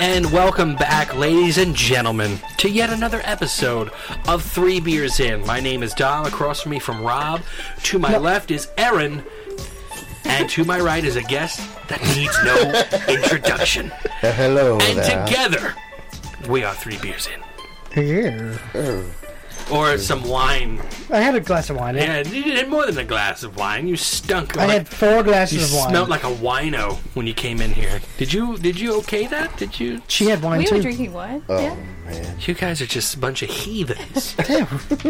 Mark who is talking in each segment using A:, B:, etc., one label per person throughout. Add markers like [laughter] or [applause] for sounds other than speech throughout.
A: And welcome back, ladies and gentlemen, to yet another episode of Three Beers In. My name is Dom. Across from me from Rob. To my left is Erin. And to my right is a guest that needs
B: [laughs]
A: no introduction.
C: Uh, hello
A: And
C: there.
A: together, we are Three Beers In.
B: Yeah.
A: Or some wine.
B: I had a glass of wine. eh?
A: And you had more than a glass of wine. You stunk
B: I
A: like
B: had four
A: You
B: glasses of wine.
A: smelled like a wino when you came in here. Did you did you okay that? Did you
B: she had wine
D: We
B: too.
D: were drinking what? Yeah.
C: Man.
A: You guys are just a bunch of heathens.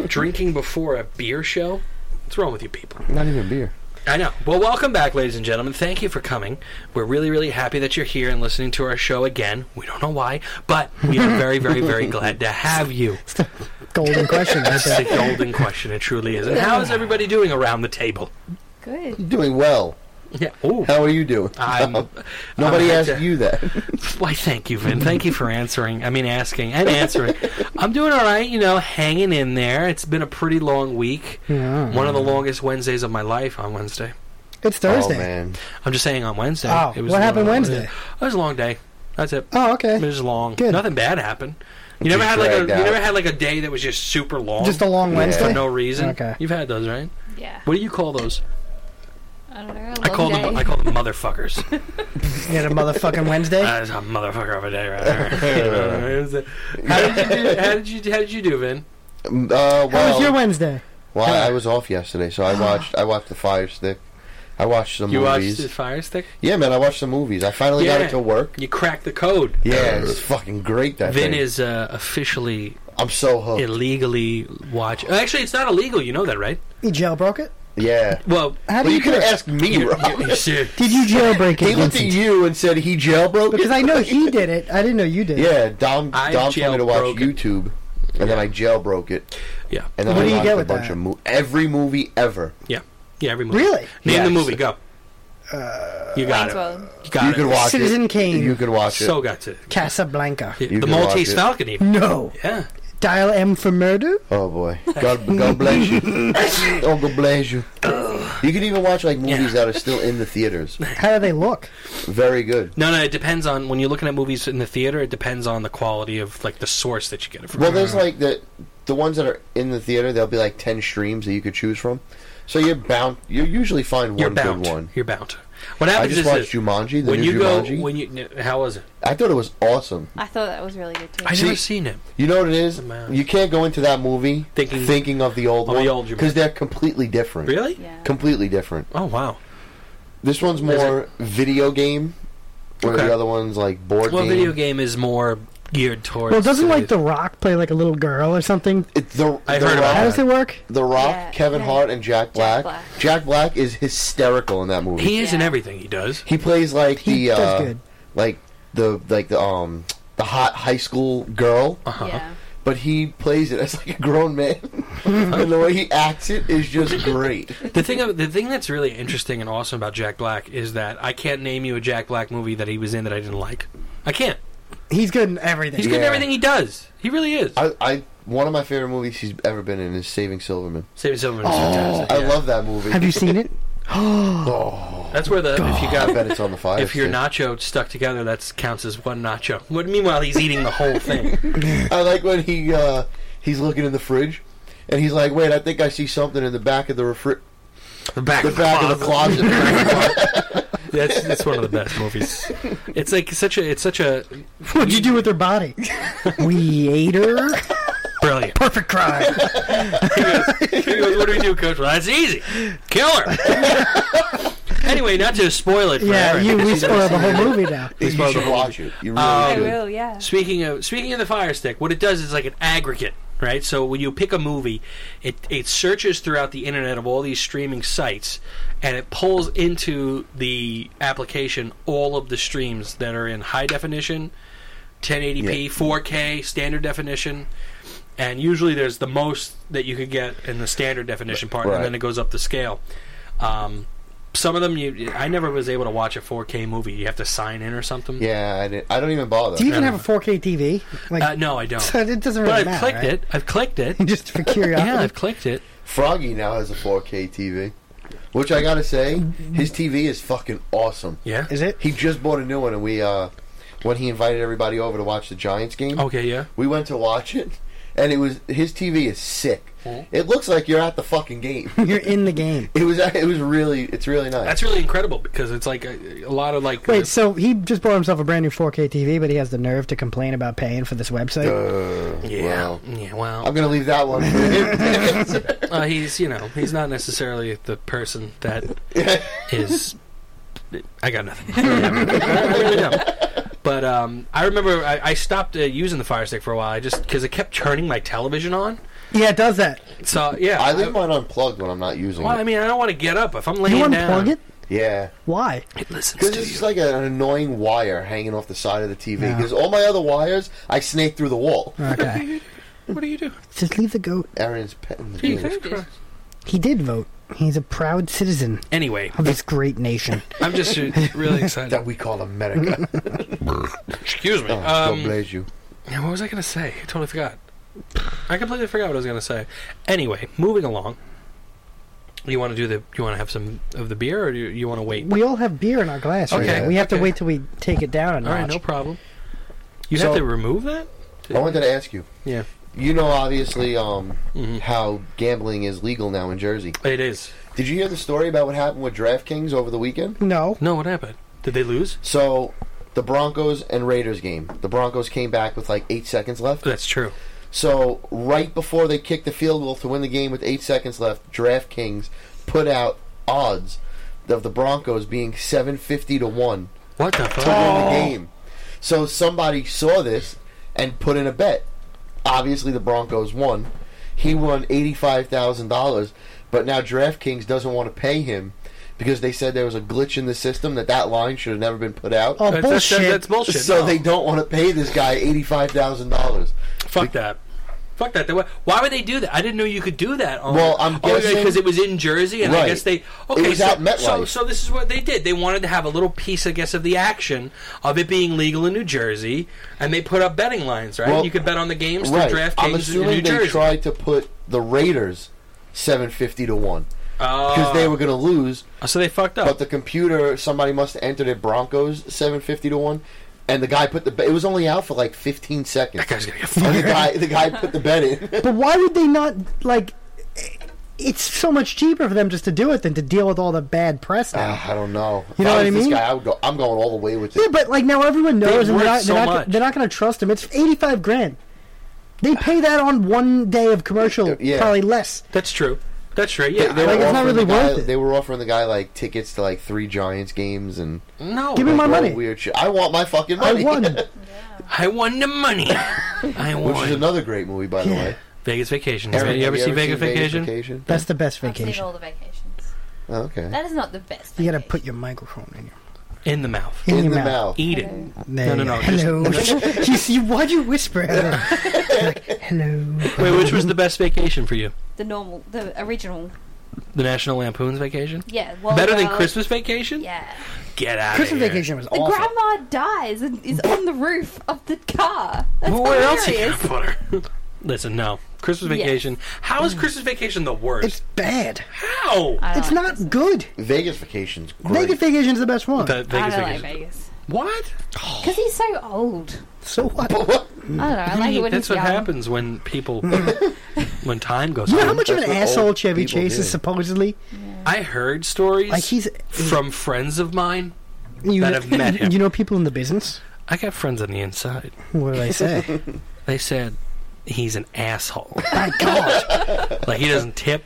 A: Drinking before a beer show? What's wrong with you people?
C: Not even beer.
A: I know. Well, welcome back, ladies and gentlemen. Thank you for coming. We're really, really happy that you're here and listening to our show again. We don't know why, but we are very, very, very glad to have you.
B: Golden question. right
A: That's
B: there.
A: the [laughs] golden question. It truly is. And how is everybody doing around the table?
D: Good.
C: Doing well.
A: Yeah. Oh.
C: How are you doing?
A: I'm,
C: Nobody
A: I'm-
C: asked you that.
A: Why, thank you, Vin. Thank you for answering. I mean, asking and answering. I'm doing all right, you know, hanging in there. It's been a pretty long week.
B: Yeah.
A: One of the longest Wednesdays of my life on Wednesday.
B: It's [laughs] Thursday.
C: Oh man.
A: I'm just saying on Wednesday.
B: Oh,
A: a
B: what happened
A: long-
B: Wednesday?
A: It was a long day. That's it.
B: Oh,
A: It
B: okay.
A: was long.
B: Good.
A: Nothing bad happened. You
C: Just
A: never had like a
C: dragged out.
A: you never had like a day that was just super long
B: Just a long
C: Yeah.
A: for
B: Wednesday.
A: no reason.
B: Okay.
A: You've had those, right?
D: Yeah.
A: What do you call those?
D: I don't know.
A: I call
D: long
A: them
D: day.
A: I call them motherfuckers.
B: [laughs] You had a motherfucking Wednesday.
A: That's a motherfucker of a day right
C: [laughs]
A: there. how did you do? How did you? How did you do, Vin?
C: Um, Uh, well,
B: How was your Wednesday? Ah.
C: well, I- I was off yesterday, so I watched. I watched the Fire Stick. I watched some
A: You watched
C: movies.
A: the Fire Stick.
C: Yeah, man, I watched some movies. I finally got
A: Yeah.
C: it to work.
A: You cracked the code.
C: Yeah, it's fucking great. That
A: Vin
C: thing.
A: is uh, officially
C: I'm so hooked.
A: illegally watch. Oh, Actually, it's not illegal. You know that, right?
B: You jailbroke it?
C: yeah. [laughs]
A: Well,
B: How
C: Well,
B: do
C: you
B: you
C: could
B: do
C: have
B: it?
C: asked me,
A: you,
C: Rob.
A: you- you see-
B: Did you
C: [laughs]
B: jailbreak
C: He
B: it,
C: looked at
B: Vincent?
C: you and said he jailbroke.
B: Because
C: it?
B: I know he did it. I didn't know you did.
C: Yeah, Dom.
A: I
C: Dom told me to watch
A: jailbroke it.
C: YouTube, and then I jailbroke it.
A: yeah,
C: And then
B: What
C: I
B: do you
C: watched
B: get
C: a
B: with
C: bunch
B: that?
C: of mo- every movie ever.
A: yeah, yeah. Every movie.
B: Really?
A: Name
C: Yes. Uh,
A: the movie. Go. you got
D: Wayne's
A: it.
D: World.
A: You got
C: you
A: it.
C: could watch
B: Citizen
C: it.
B: Kane.
C: You could watch it.
A: so got it.
B: Casablanca.
A: Yeah,
C: You
A: the
C: could watch
A: Maltese
C: it.
A: Falcon. Even.
B: No.
A: Yeah.
B: Dial M for murder?
C: oh boy, God, God bless you.
A: [laughs]
C: oh, God bless you. You could even watch like movies that are still in the theaters.
B: How do they look?
C: Very good.
A: No, no. It depends on when you're looking at movies in the theater. It depends on the quality of like the source that you get it from.
C: Well, there's like the the ones that are in the theater. There'll be like ten streams that you could choose from. So you're bound. You usually find one
A: you're
C: good
A: bound.
C: one.
A: You're bound. What
C: I
A: happens
C: just
A: is
C: watched
A: this,
C: Jumanji, the
A: when
C: new
A: you
C: Jumanji.
A: go when you how was it?
C: I thought it was awesome.
D: I thought that was really good too.
A: I
C: See-
A: never seen it.
C: You know what it is?
A: Man.
C: You can't go into that movie
A: Thinking-
C: of the old
A: of the
C: one
A: old Jumanji.
C: because they're completely different.
A: Really?
D: Yeah.
C: Completely different.
A: Oh wow.
C: This one's
A: Is
C: more video game, where
A: Okay.
C: the other one's like board
A: Well,
C: game.
A: video game is more geared towards.
B: Well, doesn't like The Rock play like a little girl or something?
C: It's the
A: I
C: the
A: heard
C: Rock,
A: about
B: How does it work?
C: The Rock,
D: Yeah,
C: Kevin
D: yeah.
C: Hart, and Jack Black.
D: Black.
C: Jack Black is hysterical in that movie. He,
A: he is in
D: Yeah.
A: everything he does.
C: plays like the
B: He does
C: uh,
B: good.
C: like the like the um the hot high school girl,
A: Uh. Uh-huh.
D: Yeah.
C: but he plays it as like a grown man, [laughs] and the way he acts it is just great.
A: The thing, of- the thing that's really interesting and awesome about Jack Black is that I can't name you a Jack Black movie that he was in that I didn't like. I can't.
B: He's good in everything.
A: He's good in
C: Yeah.
A: everything he does. He really is.
C: I, I one of my favorite movies he's ever been in is Saving Silverman.
A: Saving Silverman is fantastic.
C: I
A: Oh, yeah.
C: love that movie.
B: Have you seen it?
C: Oh,
A: That's where the if you
C: [laughs] I
A: got
C: bet it's on the fire.
A: if your
C: stick.
A: nacho stuck together, that counts as one nacho. What meanwhile he's eating the whole thing.
C: I like when he uh, he's looking in the fridge, and he's like, "Wait, I think I see something in the back of the refri-
A: The back,
C: [laughs] the back of the
A: [laughs]
C: closet."
A: That's that's one of the best movies. It's like such a it's such a
B: [laughs] What'd you do with her body? [laughs] we ate her.
A: brilliant.
B: Perfect crime.
A: [laughs] He goes, what do we do, Coach? Well, that's easy. Kill her. [laughs] anyway, not to spoil it for
B: [laughs] Yeah,
A: Aaron.
B: you we spoiled the whole movie now.
C: you
A: supposed to
C: should watch it. You
A: Um,
C: really
D: I
C: should.
D: will. Yeah.
A: Speaking of speaking of the Fire Stick, what it does is like an aggregate, right? So when you pick a movie, it it searches throughout the internet of all these streaming sites, and it pulls into the application all of the streams that are in high definition, 1080p, 4K, standard definition. And usually there's the most that you could get in the standard definition part,
C: Right.
A: and then it goes up the scale. Um, some of them, you, I never was able to watch a 4K movie. You have to sign in or something.
C: Yeah, I, didn't, I don't even bother.
B: Do you even have a 4K TV? Like,
A: Uh, no, I don't.
B: [laughs] so it doesn't really
A: But
B: matter.
A: I've clicked
B: right?
A: it. I've clicked
B: [laughs]
A: it.
B: Just for
A: yeah,
B: curiosity.
A: I've clicked it.
C: Froggy now has a 4K TV, which I gotta say, his TV is fucking awesome.
A: Yeah.
B: Is it?
C: He just bought a new one, and we uh, when he invited everybody over to watch the Giants game.
A: Okay, yeah.
C: We went to watch it, and it was his TV is sick.
A: Mhm.
C: It looks like you're at the fucking game. [laughs]
B: You're in the game.
C: It was it was really it's really nice.
A: That's really incredible because it's like a, a lot of like.
B: Wait, so he just bought himself a brand new 4K TV, but he has the nerve to complain about paying for this website?
C: Uh,
A: yeah,
C: well,
A: yeah. Well,
C: I'm gonna leave
A: [laughs]
C: that one. For him.
A: Uh, he's you know he's not necessarily the person
B: [laughs]
A: that is. I got nothing. [laughs] I really don't. But um, I remember I, I stopped uh, using the Fire Stick for a while. I just because it kept turning my television on.
B: yeah, it does that.
A: So yeah,
C: I leave mine unplugged when I'm not using
A: well, I
C: it.
A: mean, I don't want to get up if I'm
B: You
A: laying down.
B: unplug it?
C: Yeah,
B: Why?
A: It listens
C: because
A: to
C: it's just
A: you.
C: like an annoying wire hanging off the side of the TV.
B: No.
C: Because all my other wires, I snake through the wall.
B: Okay.
A: [laughs] What do you do?
B: just leave the goat.
C: Aaron's petting the
A: Jesus
C: dude.
A: Christ.
B: He did vote. He's a proud citizen
A: Anyway,
B: of this great nation.
A: I'm just
B: [laughs]
A: uh, really excited.
C: that we call America.
A: Excuse me.
C: oh, God
A: Um,
C: bless you.
A: yeah, what was I going to say? I totally forgot. I completely forgot what I was going to say. Anyway, moving along. You want to do the? You want to have some of the beer, or do you, you want to wait?
B: We all have beer in our glass right
A: Okay,
B: now. We have to
A: okay.
B: wait till we take it down a
A: All right,
B: notch.
A: no problem. You
C: So-
A: have to remove that.
C: I wanted to ask you.
A: Yeah,
C: You know, obviously, um,
A: Mhm.
C: how gambling is legal now in Jersey.
A: it is.
C: Did you hear the story about what happened with DraftKings over the weekend?
B: no.
A: No, what happened? Did they lose?
C: So, the Broncos and Raiders game. The Broncos came back with like eight seconds left.
A: That's true.
C: So, right before they kicked the field goal to win the game with eight seconds left, DraftKings put out odds of the Broncos being 750 to 1
A: What the
C: to
A: fuck?
C: win the game. So, somebody saw this and put in a bet. Obviously, the Broncos won. He won $85,000, but now DraftKings doesn't want to pay him. Because they said there was a glitch in the system that that line should have never been put out.
B: Oh,
A: That's, that's,
B: bullshit.
A: that's, bullshit.
C: So
A: No.
C: they don't want to pay this guy eighty-five thousand dollars.
A: fuck that. Fuck that. They- Why would they do that? I didn't know you could do that. On,
C: Well, I'm guessing-
A: because it was in Jersey, and I
C: Right.
A: guess they.
C: It
A: Okay,
C: was
A: so,
C: at MetLife.
A: so so this is what they did. They wanted to have a little piece, I guess, of the action of it being legal in New Jersey, and they put up betting lines, right?
C: Well,
A: you could bet on the games through
C: Right. I'm
A: DraftKings in New
C: assuming they
A: Jersey.
C: tried to put the Raiders seven fifty to one because
A: Oh.
C: they were going to lose.
A: so they fucked up.
C: But the computer, somebody must have entered it Broncos seven fifty to one, and the guy put the. bet- It was only out for like fifteen seconds.
A: that guy's gonna get
C: and
A: fired. [laughs]
C: the guy, the guy put the bet in. [laughs]
B: But why would they not like? It's so much cheaper for them just to do it than to deal with all the bad press now.
C: Ah, I don't know.
B: You know
C: if
B: what
C: was
B: I
C: this
B: mean?
C: Guy, I would go. I'm going all the way with
B: yeah,
C: it.
B: but like now everyone knows, and
A: worth
B: they're not,
A: so
B: they're
A: much.
B: not, they're not going to trust them. It's eighty-five grand. They pay that on one day of commercial,
C: Yeah.
B: probably less.
A: That's true. That's true. Yeah.
C: They
A: I-
C: were
B: Like, it's not
C: offering
B: really
C: the guy-
B: worth it.
C: They were offering the guy like tickets to like three Giants games and
A: no.
B: Give me my
C: all
B: money.
C: weird shit. I want my fucking
B: I
C: money. [laughs]
B: won.
A: I won the money. I
C: Which
A: won.
C: is another great movie, by the
B: Yeah.
C: way.
A: Vegas Vacation.
C: Aaron,
A: you
C: have
A: ever see
C: seen
A: Vegas Vacation?
B: That's the best
D: I've seen
B: vacation.
D: all the vacations.
C: Oh, okay.
D: That is not the best.
B: You got to
D: vacation.
B: put your microphone in your
A: In the mouth.
C: [laughs]
A: E-
B: in,
C: In,
B: your
C: the
B: mouth.
C: mouth.
A: Eat it.
D: Hello.
B: There
A: No,
B: you
A: no,
B: go.
A: no,
B: Hello. [laughs] you see, why'd you whisper? Hello. Like, hello.
A: Wait, which was the best vacation for you?
D: the normal, the original.
A: The National Lampoon's Vacation?
D: Yeah, well,
A: Better than
D: Oh, well,
A: Christmas Vacation?
D: Yeah,
A: Get out
B: Christmas
A: of here.
B: vacation was
D: the
B: awful.
D: grandma dies and is on the roof of the car. That's
A: Well, where else are you
D: hilarious.
A: going to put her? [laughs] Listen, no. Christmas
D: Yes.
A: Vacation. How is Christmas Vacation the worst?
B: It's bad.
A: How?
D: I don't
B: It's
D: like
B: not good.
C: Vegas Vacation's great. [laughs]
B: Vegas vacation's the best one.
A: The Vegas
D: I don't
A: Vacation.
B: [gasps]
D: like Vegas
A: What?
D: because he's so old.
B: so what?
D: I don't know. I like it when
A: Oh, That's
D: he's
A: what
D: young.
A: happens when
D: [laughs]
A: people, when time goes
B: You know
A: on.
B: how much of an
C: That's what
B: asshole
C: old
B: Chevy
C: people
B: Chase
C: do.
B: is supposedly?
A: I heard stories
B: Like he's
A: from friends of mine
B: you
A: that
B: know,
A: have met him.
B: You know people in the business?
A: I got friends on the inside.
B: What did I say?
A: They said he's an asshole.
B: My God,
A: like he doesn't
D: [laughs]
A: tip.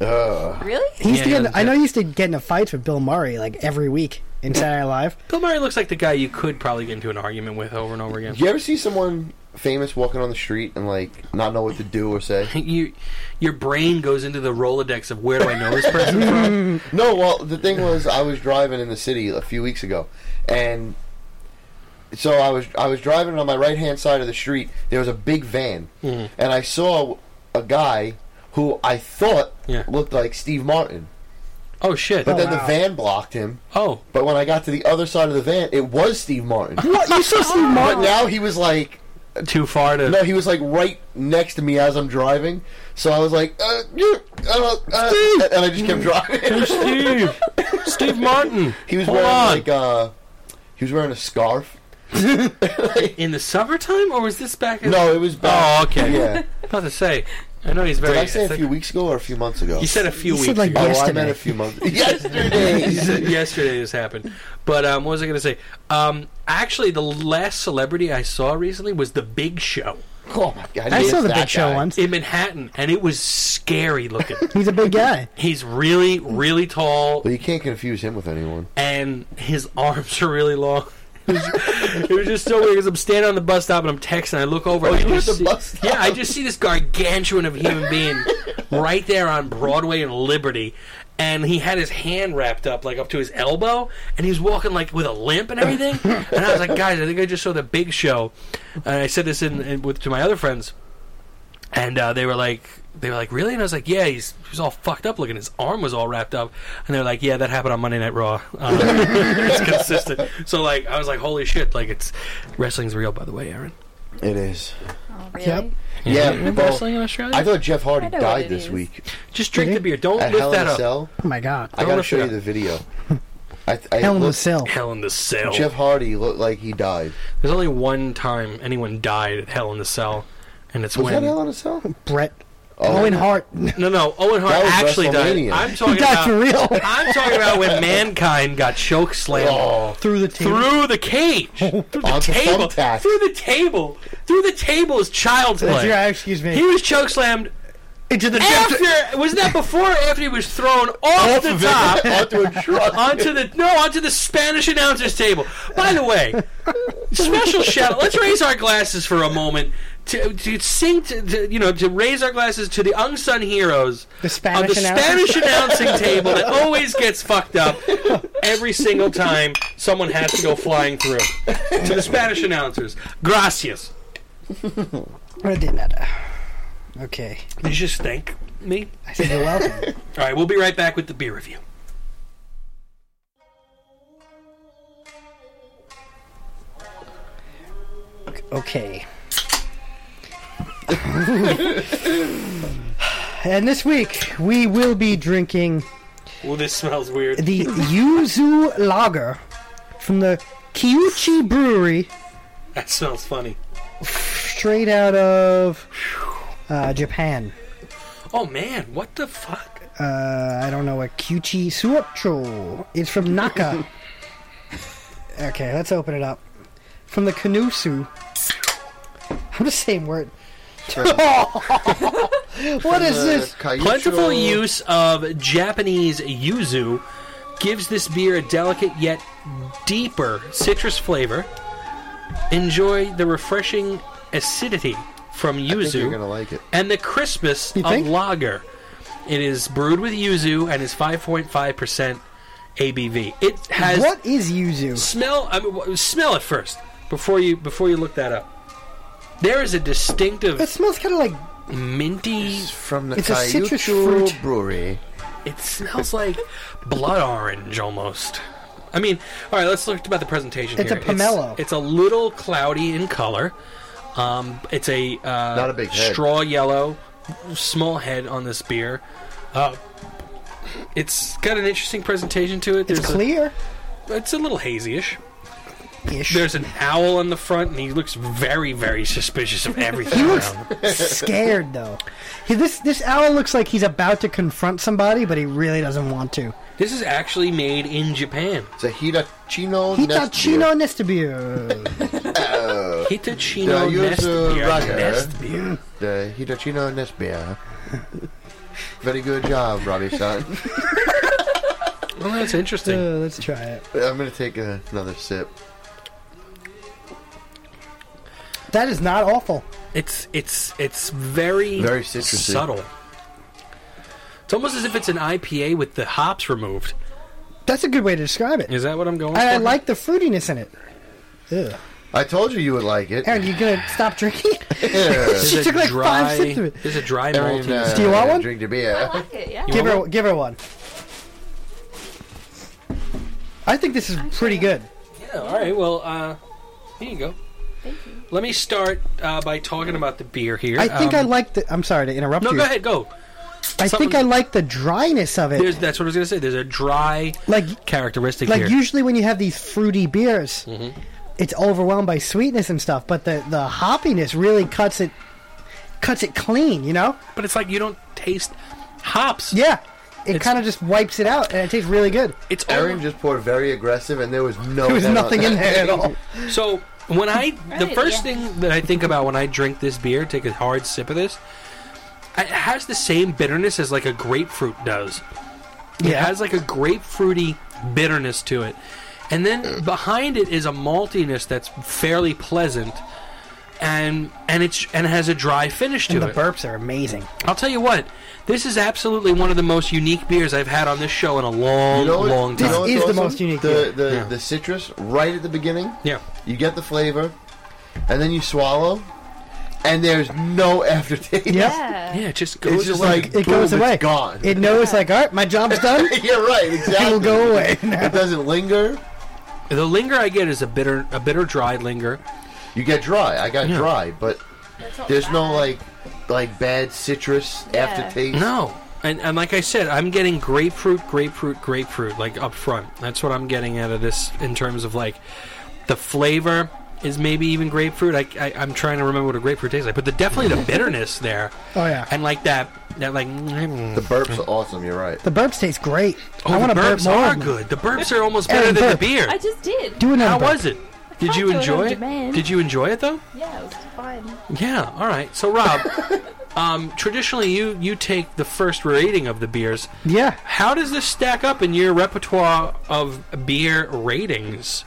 C: Ugh.
D: Really?
B: he used to
A: Yeah,
B: get.
A: yeah,
B: I know he used to get into fights with Bill Murray like every week in Saturday Night Live.
A: Bill Murray looks like the guy you could probably get into an argument with over and over again.
C: You ever see someone famous walking on the street and like not know what to do or say?
A: [laughs] You, your brain goes into the Rolodex of where do I know this person from?
C: [laughs] No, well, the thing was, I was driving in the city a few weeks ago, and so I was I was driving on my right hand side of the street. There was a big van, and I saw a guy who I thought
A: Yeah.
C: looked like Steve Martin,
A: Oh shit!
C: but then the
B: wow.
C: van blocked him.
A: Oh,
C: But when I got to the other side of the van, it was Steve Martin.
B: What you saw Steve
C: But
B: Martin?
C: now he was like,
A: too far to.
C: no, he was like right next to me as I'm driving. So I was like, uh, yeah, uh, uh, and I just
A: Mm.
C: kept driving.
A: Steve, Steve Martin.
C: [laughs] he was
A: Hold
C: wearing
A: on.
C: like uh, he was wearing a scarf.
A: in the summertime, or was this back? In
C: No, it was bad.
A: Oh, okay.
C: Yeah.
A: About to say, I know he's very.
C: Did I say a
A: it's
C: few
A: like-
C: weeks ago or a few months ago?
A: You said a few
B: You
A: weeks.
B: said, like,
A: ago. [laughs]
C: Oh, I
B: Yesterday.
C: meant a few months. [laughs]
A: He
C: Yesterday.
A: said yesterday this happened. But um, what was I going to say? Um, actually, the last celebrity I saw recently was The Big Show
C: oh my god!
B: I
C: yes,
B: saw the
C: that
B: big show
C: guy.
B: once.
A: in Manhattan, and it was scary
C: [laughs]
A: looking.
B: He's a big guy.
A: He's really, really tall,
C: Well, you can't confuse him with anyone.
A: and his [laughs] arms are really long. It was, it was just so weird because I'm standing on the bus stop and I'm texting. I look over.
C: Oh,
A: and I
C: you were
A: just
C: at the
A: see-
C: bus stop.
A: Yeah, I just see this gargantuan of human being
C: [laughs]
A: right there on Broadway and Liberty, and he had his hand wrapped up like up to his elbow, and he was walking like with a limp and
C: [laughs]
A: everything. And I was like, guys, I think I just saw the Big Show, and I said this in, in with to my other friends, and uh, they were like. They were like, really? And I was like, yeah, he's, he's all fucked up looking. His arm was all wrapped up. And they were like, yeah, that happened on Monday Night Raw. Um, [laughs] it's consistent. So, like, I was like, holy shit. Like, it's wrestling's real, by the way, Aaron.
C: It is.
D: Oh, really?
B: Yep.
C: Yeah,
A: Remember
C: well,
A: wrestling in Australia?
C: I thought Jeff Hardy
D: I know what
C: died
D: it
C: this
D: is.
C: week
A: Just drink the beer. Don't
C: at
A: lift
C: Hell in
A: that
C: a
A: up.
C: Cell.
B: Oh my god.
C: I
A: Don't
C: gotta
A: lift
C: show
A: it
C: you
A: up. [laughs]
C: the video. I, I
B: Hell in the
C: looked-
B: cell.
A: Hell in the
B: Oh.
A: Cell.
C: Jeff Hardy looked like he died.
A: There's only one time anyone died at Hell in the Cell, and it's
C: Was
A: when
C: that Hell in a Cell?
B: Brett.
C: Oh.
B: Owen Hart. [laughs]
A: no, no, Owen Hart
C: That was
A: actually died.
C: WrestleMania.
A: I'm
B: He
A: talking
B: died
A: about
B: for real.
A: I'm talking about when mankind got choke slammed.
C: Oh,
B: Through the team.
A: Through the cage,
C: [laughs]
A: through the
C: Onto
A: table,
C: thumbtacks.
A: through the table, through the table is child's play.
B: Yeah, excuse me.
A: He was choke slammed
B: Into the [laughs]
A: after. Was that before? or After he was thrown off,
C: off
A: the
C: of
A: top
C: [laughs] it onto a truck.
A: onto the no onto the Spanish announcers table. By the way, special shout. Let's raise our glasses for a moment to to sing to, to you know to raise our glasses to the unsung heroes
B: The
A: of the
B: Spanish announcers.
A: Spanish announcing
B: [laughs]
A: table that always gets fucked up every single time someone has to go flying through. To the Spanish announcers, gracias.
B: I did not. Okay.
A: Did you just thank me?
B: I said you're welcome.
A: All right, we'll be right back with the beer review.
B: okay. and this week we will be drinking
A: Well, this smells weird.
B: the Yuzu Lager from the Kiuchi Brewery,
A: That smells funny.
B: straight out of uh, Japan.
A: Oh man, what the fuck?
B: Uh, I don't know what Kyuchi Suocho. It's from Naka. okay, let's open it up. From the Kanusu. I'm just saying word. [laughs]
C: uh,
B: what is this?
A: Plentiful use of Japanese yuzu gives this beer a delicate yet deeper citrus flavor. Enjoy the refreshing acidity from
C: I think you're
A: yuzu
C: gonna like it.
A: and the crispness
B: You
A: of
B: think?
A: lager. It is brewed with yuzu and is 5.5% ABV. It has
B: What is Yuzu?
A: smell. I mean, w- smell it first before you before you look that up. There is a
B: It
A: distinctive
B: smells kind of like
A: minty
C: From the
B: It's a citrus
C: Kyuchu
B: fruit.
C: Brewery.
A: It smells like blood orange almost. I mean, all right, let's look about the presentation
B: It's
A: here.
B: a pomelo.
A: It's, it's a little cloudy in color. Um, it's a uh,
C: Not a big head.
A: straw yellow, small head on this beer. Uh, it's got an interesting presentation to it.
B: it's
A: There's
B: clear.
A: A, it's a little hazyish.
B: Ish.
A: There's an owl on the front, and he looks very, very suspicious of everything.
B: [laughs] He looks
A: around.
B: scared though. He, this this owl looks like he's about to confront somebody, but he really doesn't want to.
A: This is actually made in Japan.
C: It's a Hitachino.
B: Hitachino Nestabir.
A: Hitachino
C: Uh, Yeah, uh,
A: nest
C: yuzu
A: beer.
C: raga.
A: Nest beer.
C: The Hitachino Nest Beer. Very good job, Robbie
B: [laughs]
C: Son.
A: Well, that's
B: Uh,
A: interesting.
B: let's try it.
C: I'm gonna take uh, another sip.
B: That is not awful.
A: It's it's it's very
C: Very citrusy.
A: subtle. It's almost as if it's an IPA with the hops removed.
B: That's a good way to describe it.
A: Is that what I'm going
B: And I
A: for?
B: like the fruitiness in it. Ugh.
C: I told you you would like it.
B: Aaron, you gonna stop drinking? [laughs]
C: [laughs] Yeah.
A: There's
B: she
A: a
B: took like
A: dry,
B: five sips of it.
A: There's a dry
C: Aaron,
A: malty.
C: uh,
B: Do you want one?
C: Drink the beer.
D: I like it, yeah.
A: You
B: Give her,
A: want
B: give her one. I think this is pretty good.
A: yeah, all right. Well, uh, here you go.
D: Thank you.
A: Let me start uh, by talking about the beer here.
B: I think
A: Um,
B: I like the. I'm sorry to interrupt
A: No,
B: you.
A: go ahead. Go.
B: I think
A: Something-
B: I like the dryness of it.
A: There's, that's what I was gonna say. There's a dry
B: like,
A: characteristic
B: like
A: here. Mm-hmm.
B: usually when you have these fruity beers, it's overwhelmed by sweetness and stuff, but the the hoppiness really cuts it cuts it clean. You know?
A: But it's like you don't taste hops.
B: Yeah. It
A: It's-
B: kind of just wipes it out, and it tastes really good.
A: It's
C: Aaron
A: all-
C: just poured very aggressive, and there was no.
B: There was
C: doubt. [laughs]
B: nothing in there at all.
A: So when I
D: [laughs]
A: the
D: Right,
A: first
D: yeah.
A: thing that I think about when I drink this beer, take a hard sip of this, it has the same bitterness as like a grapefruit does. [laughs] It
B: Yeah.
A: has like a grapefruity bitterness to it. And then behind it is a maltiness that's fairly pleasant and and it's and it has a dry finish to
B: And the
A: it.
B: burps are amazing.
A: I'll tell you what, this is absolutely one of the most unique beers I've had on this show in a long,
C: You know what-
A: long
C: you
A: time.
C: know what's
B: This is the
C: awesome?
B: most unique
C: The the,
A: Yeah.
C: the citrus right at the beginning.
A: yeah.
C: You get the flavor, and then you swallow, and there's no aftertaste.
D: Yeah.
A: Yeah, it just goes
C: [laughs] It's just
A: away.
C: like
B: It goes
C: boom,
B: away.
C: It's gone.
B: It knows, like, all right,
A: [laughs]
B: my job's done.
C: [laughs] You're right. Exactly.
B: It'll go away. [laughs]
C: It doesn't linger.
A: The linger I get is a bitter, a bitter dry linger.
C: You get dry. I got
A: Yeah.
C: dry, but
D: That's not
C: there's no
D: bad.
C: like like bad citrus
D: Yeah.
C: aftertaste.
A: No, and, and like I said, I'm getting grapefruit, grapefruit, grapefruit, like up front. That's what I'm getting out of this in terms of like the flavor is maybe even grapefruit. I, I I'm trying to remember what a grapefruit tastes like, but the definitely the bitterness there,
B: [laughs] Oh yeah,
A: and like that that like
C: The burps are awesome. You're right.
B: the burps taste great.
A: Oh,
B: I want
A: the
B: to burp
A: burps
B: more.
A: are
B: of them.
A: good. The burps are almost better
B: Aaron,
A: than the
B: burp.
A: beer.
D: I just did.
B: Do another.
A: How
B: burp.
A: was it? Did
D: can't
A: you
D: do it on
A: enjoy it?
D: demand.
A: Did you enjoy it though?
D: Yeah, it was fine.
A: Yeah. All right. So Rob,
B: [laughs]
A: um, traditionally you you take the first rating of the beers.
B: Yeah.
A: How does this stack up in your repertoire of beer ratings?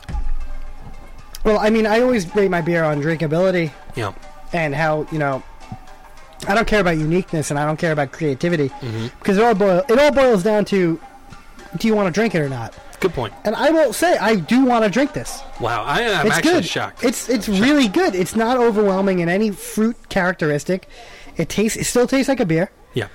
B: Well, I mean, I always rate my beer on drinkability
A: Yeah.
B: and how you know. I don't care about uniqueness and I don't care about creativity
A: Mm-hmm.
B: because it all boil, it all boils down to do you want to drink it or not?
A: Good point.
B: And I will say I do want to drink this.
A: Wow. I am
B: it's
A: actually
B: good.
A: shocked.
B: It's it's really good. It's not overwhelming in any fruit characteristic. It tastes it still tastes like a beer,
A: yeah.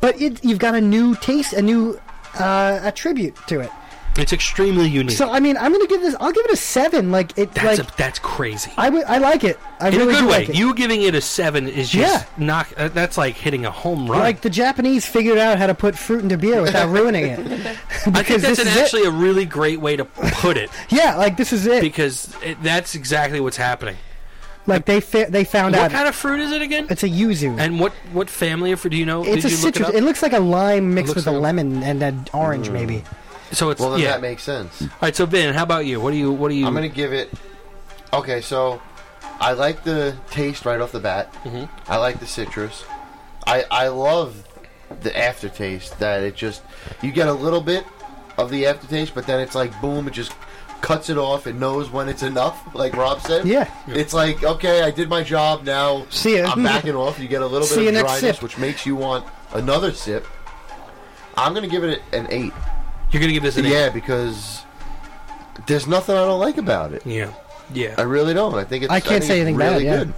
B: but it, you've got a new taste, a new uh, attribute to it.
A: It's extremely unique.
B: So I mean, I'm gonna give this. I'll give it a seven. Like it.
A: Hmm. that's
B: like
A: a, that's crazy.
B: I would. I like it. I
A: in
B: really
A: a good
B: do
A: way,
B: like it.
A: you giving it a seven is just knock. Uh, that's like hitting a home run.
B: Like the Japanese figured out how to put fruit into
A: [laughs]
B: beer without ruining it.
A: I think
B: [laughs] because
A: that's
B: this
A: an
B: is it.
A: actually a really great way to put it [laughs]
B: yeah, like this is it.
A: because it, that's exactly what's happening.
B: like they fa- they found
A: What
B: out
A: kind of fruit is it again?
B: it's a yuzu.
A: And what what family of fruit do you know?
B: it's
A: Did
B: a
A: you
B: citrus.
A: Look
B: It,
A: it up?
B: looks like a lime mixed
A: looks
B: with
A: like
B: a
A: a- Mm.
B: lemon and an orange, maybe.
A: so it's
C: Well, then
A: yeah.
C: that makes sense.
A: All right. So Ben, how about you? What do you what do you?
C: I'm gonna give it. Okay, so I like the taste right off the bat.
A: Mhm.
C: I like the citrus. I I love the aftertaste that it just you get a little bit of the aftertaste, but then it's like boom, it just cuts it off. It knows when it's enough, like Rob said.
B: Yeah.
C: it's like okay, I did my job. Now
B: See ya. [laughs]
C: I'm backing off. You get a little bit
B: See ya
C: of
B: next
C: dryness,
B: sip.
C: which makes you want another sip. I'm gonna give it an eight.
A: You're gonna give this an
C: Yeah, because there's nothing I don't like about it.
A: eight. Yeah. Yeah.
C: I really don't. I think it's.
B: I
C: think
B: can't say
C: it's
B: anything bad,
C: really
B: yeah.
C: Good.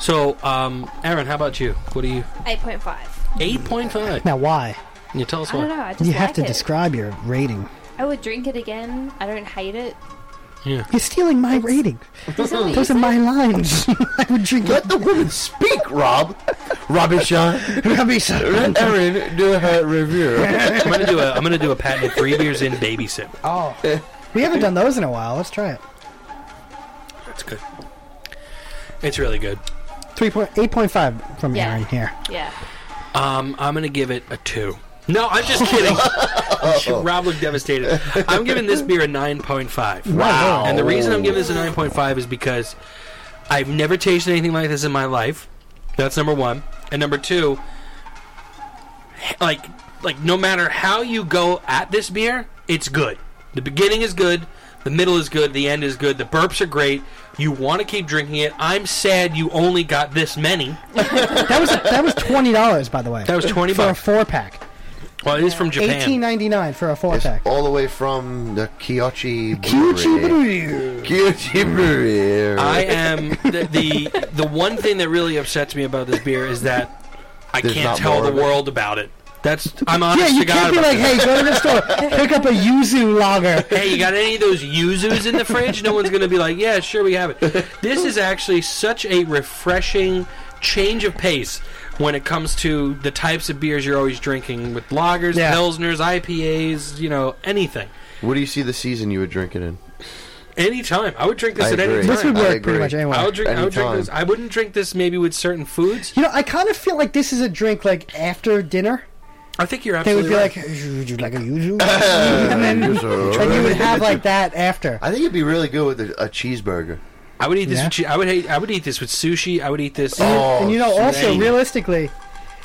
A: So, um, Aaron, how about you? What do you?
D: 8.5.
A: Eight point five.
B: Now, why?
A: Can you tell us
D: I don't know.
A: why?
D: I just
B: You have
D: like
B: to
D: it.
B: describe your rating.
D: I would drink it again. I don't
A: [laughs]
D: hate it.
B: You're stealing my rating.
D: Those
B: Those are my lines. [laughs] I would drink it.
C: Let the woman
B: [laughs]
C: speak, Rob. [laughs] Rubbish on.
B: Rubby son.
C: Erin, do her
B: [laughs]
C: review.
A: I'm gonna do a I'm gonna do a patented three beers in baby sip.
B: Oh, we haven't done those in a while. Let's try it.
A: That's good. It's really good.
B: Three point eight point five from
D: Yeah.
B: Aaron here.
D: Yeah.
A: Um, I'm gonna give it a two. No, I'm just [laughs] kidding. Rob looked devastated. I'm giving this beer a nine point five.
B: Wow.
A: And the reason I'm giving this a 9.5 is because I've never tasted anything like this in my life. That's number one. And number two, h- like, like no matter how you go at this beer, it's good. The beginning is good. The middle is good. The end is good. The burps are great. You want to keep drinking it. I'm sad you only got this many.
B: That was that was twenty dollars, by the way.
A: That was 20
B: for
A: bucks.
B: a four pack.
A: Well, it is from Japan.
B: Eighteen ninety nine for a four pack.
C: All the way from the Kyochi
B: Kyuchi
C: Brewery.
B: Brew.
C: Kyochi Brewery.
A: I am the, the the one thing that really upsets me about this beer is that I
C: There's
A: can't
C: not
A: tell
C: more
A: the
C: of it.
A: world about it. That's I'm honest
B: Yeah, you
A: to God
B: can't be
A: about
B: like,
A: this.
B: hey, go to the
A: [laughs]
B: store, pick up a yuzu lager.
A: hey, you got any of those yuzus in the fridge? No one's going to be like, yeah, sure, we have it. This is actually such a refreshing change of pace when it comes to the types of beers you're always drinking with lagers,
B: Yeah.
A: pilsners, IPAs, you know, anything.
C: What do you see the season you were drinking in?
A: Anytime. I would drink this
C: I
A: at any
C: agree.
A: time.
B: This would
C: I
B: work pretty
C: agree.
B: much anyway.
A: I would drink. I would drink
C: Anytime.
A: this. I wouldn't drink this maybe with certain foods.
B: you know, I kind of feel like this is a drink like after dinner.
A: I think you're
B: They would
A: absolutely
B: be
A: right.
B: like, would you like a yuzu?
C: [laughs]
B: and then and you would have like that after.
C: I think it'd be really good with a, a cheeseburger.
A: I would eat this.
B: Yeah.
A: With, che- I would hate. I would eat this with sushi. I would eat this.
C: Oh,
B: and you know, also
A: sweet.
B: realistically,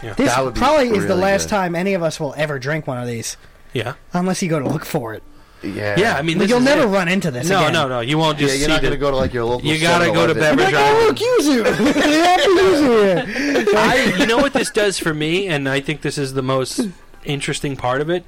A: Yeah.
B: this
C: That would be
B: probably is the
C: really
B: last
C: good.
B: time any of us will ever drink one of these,
A: yeah,
B: unless you go to look for it.
C: Yeah.
A: yeah. I mean,
B: Like,
A: this
B: you'll
A: is
B: never
A: it.
B: run into this.
A: No,
B: again.
A: no, no. You won't
C: Yeah,
A: just
C: you're
A: see
C: not
A: the-
C: gonna go to like your local.
A: You gotta go to
C: 7-Eleven.
A: Beverage
B: Like, oh,
A: Island.
B: look, [laughs] yuzu. they have yuzu here.
A: I, you know what this does for me, and I think this is the
B: [laughs]
A: most interesting part of it,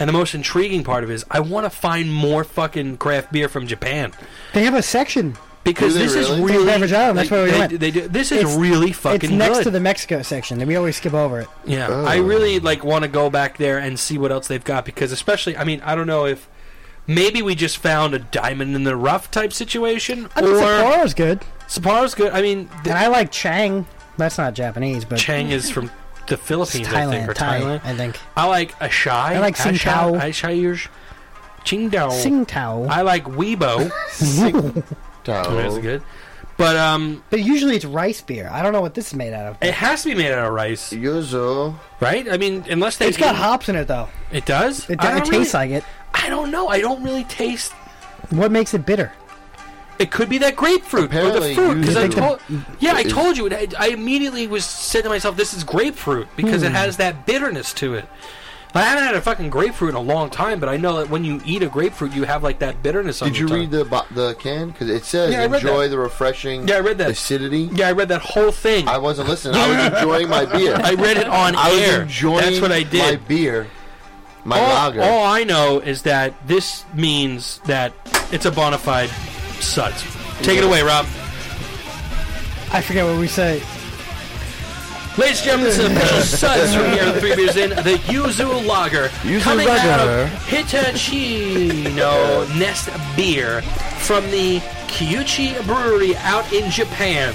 A: and the most intriguing part of it is I want to find more fucking craft beer from Japan
B: They have a section.
A: because
C: Do they
A: this is
C: really?
A: really
B: Beverage Island, that's
A: they-
B: where we
A: they-
B: went.
A: they do- this is
B: It's-
A: really fucking
B: It's next
A: good.
B: to the Mexico section, and we always skip over it.
A: yeah,
C: Oh.
A: I really like want to go back there and see what else they've got because especially I mean I don't know if maybe we just found a diamond in the rough type situation
B: I mean,
A: or
B: Sapporo's good,
A: Sapporos good. I mean
B: and
A: the,
B: I like Chang. That's not Japanese, but
A: Chang is from the
B: it's
A: Philippines I think
B: Thailand.
A: or
B: Thai,
A: Thailand.
B: I think.
A: I like a shy.
B: I like Sing Tao.
A: I shy Ching Dao.
B: Sing Tao.
A: Oh. I like Weibo.
B: [laughs]
C: [laughs]
A: Oh, That's
C: Down.
A: good. But um,
B: But usually it's rice beer. I don't know what this is made out of.
A: it has to be made out of rice,
C: Yuzu.
A: right? I mean, unless they
B: It's got
A: eat-
B: hops in it, though.
A: It does.
B: It,
A: I
B: it
A: don't
B: tastes
A: really-
B: like it.
A: I don't know. I don't really taste.
B: What makes it bitter?
A: It could be that grapefruit or
C: Apparently
A: the fruit.
C: you
A: Because I
C: think
A: told, yeah, I
C: is-
A: told you. I, I immediately was said to myself, "This is grapefruit" because
C: Hmm.
A: it has that bitterness to it. I haven't had a fucking grapefruit in a long time, but I know that when you eat a grapefruit, you have like that bitterness. On
C: Did you
A: your tongue.
C: read the bo- the can? Because it says
A: Yeah, I read
C: enjoy
A: that.
C: the refreshing.
A: Yeah, I read that.
C: Acidity.
A: Yeah, I read that whole thing.
C: I wasn't listening. I
A: [laughs]
C: was enjoying my beer.
A: I read it on
C: I was
A: air.
C: enjoying.
A: That's what I
C: My
A: did.
C: beer. My
A: all,
C: lager.
A: all I know is that this means that it's a bona fide sut. Take it away, Rob.
B: I forget what we say.
A: Ladies and gentlemen, this is official suds from here on Three Beers In, the Yuzu Lager,
C: Yuzu
A: coming out
C: Lager.
A: of Hitachino Nest Beer from the Kyuchi Brewery out in Japan.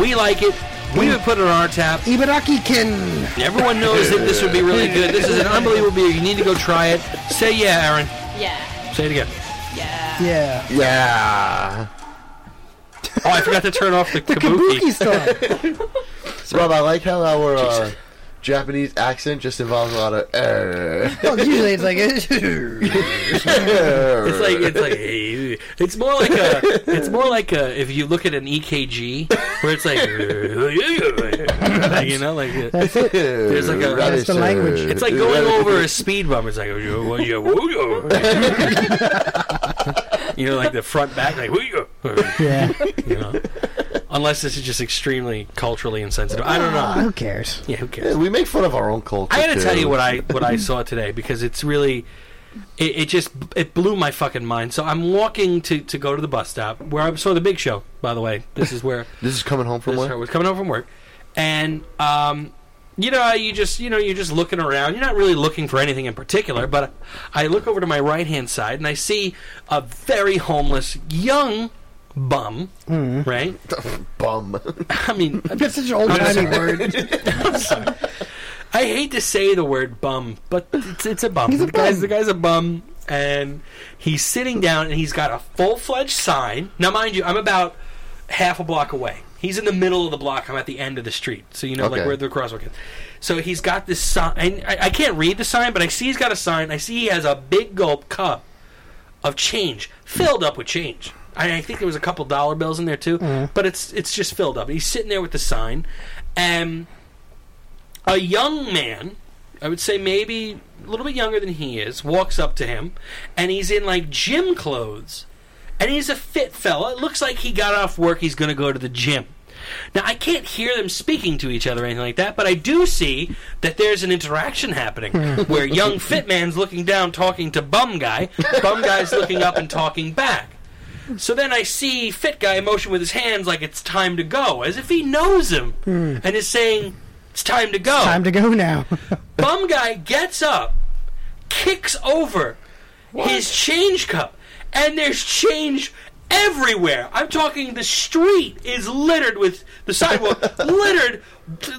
A: We like it. We would put it on our tap.
B: Ibaraki kin.
A: Everyone knows that this would be really good. This is an unbelievable beer. You need to go try it. Say yeah, Aaron.
D: Yeah.
A: Say it again.
D: Yeah.
B: Yeah.
C: yeah.
A: Oh, I forgot to turn off the, kabuki.
B: Kabuki store.
C: Rob, I like how our uh, Japanese accent just involves a lot of. "Eh,
B: well, usually it's like. [laughs] it's
C: eh."
A: [laughs] It's like it's like hey, it's more like a it's more like a if you look at an EKG where it's like [laughs] you know like uh, there's like a-
C: Radish,
B: That's the language.
C: eh.
A: it's like going over a speed bump. It's like [laughs] you know, you know, you know like the front back like [laughs] you
B: Yeah.
A: know unless this is just extremely culturally insensitive. I don't know.
B: Uh, Who cares?
A: Yeah, who cares?
C: Yeah, we make fun of our own culture.
A: I got to tell
C: too.
A: you what I what I saw today because it's really it, it just it blew my fucking mind. So I'm walking to to go to the bus stop where I saw the big show. By the way, this is [laughs] where
C: This is coming home from
A: this is where I
C: work.
A: was coming home from work, and um, you know you just you know you're just looking around. You're not really looking for anything in particular, but I look over to my right hand side and I see a very homeless young bum. Right?
C: Bum. [laughs]
A: I [laughs] mean,
B: That's such an old timey word.
A: I hate to say the word bum, but it's, it's a bum.
B: He's a
A: the guy's
B: bum.
A: the guy's a bum, and he's sitting down, and he's got a full fledged sign. Now, mind you, I'm about half a block away. He's in the middle of the block. I'm at the end of the street, so you know, like
C: Okay.
A: where the crosswalk is. So he's got this sign. And I, I can't read the sign, but I see he's got a sign. I see he has a big gulp cup of change filled up with change. I, I think there was a couple dollar bills in there too,
B: Mm-hmm.
A: but it's it's just filled up. He's sitting there with the sign, and a young man, I would say maybe a little bit younger than he is, walks up to him, and he's in like gym clothes, and he's a fit fella. It looks like he got off work. He's going to go to the gym. Now I can't hear them speaking to each other or anything like that, but I do see that there's an interaction happening where young fit man's looking down talking to bum guy, bum guy's looking up and talking back. So then I see fit guy motion with his hands like it's time to go, as if he knows him and is saying it's time to go
B: Time to go now.
A: bum guy gets up, kicks over his change cup, and there's change everywhere. I'm talking the street is littered with the sidewalk, littered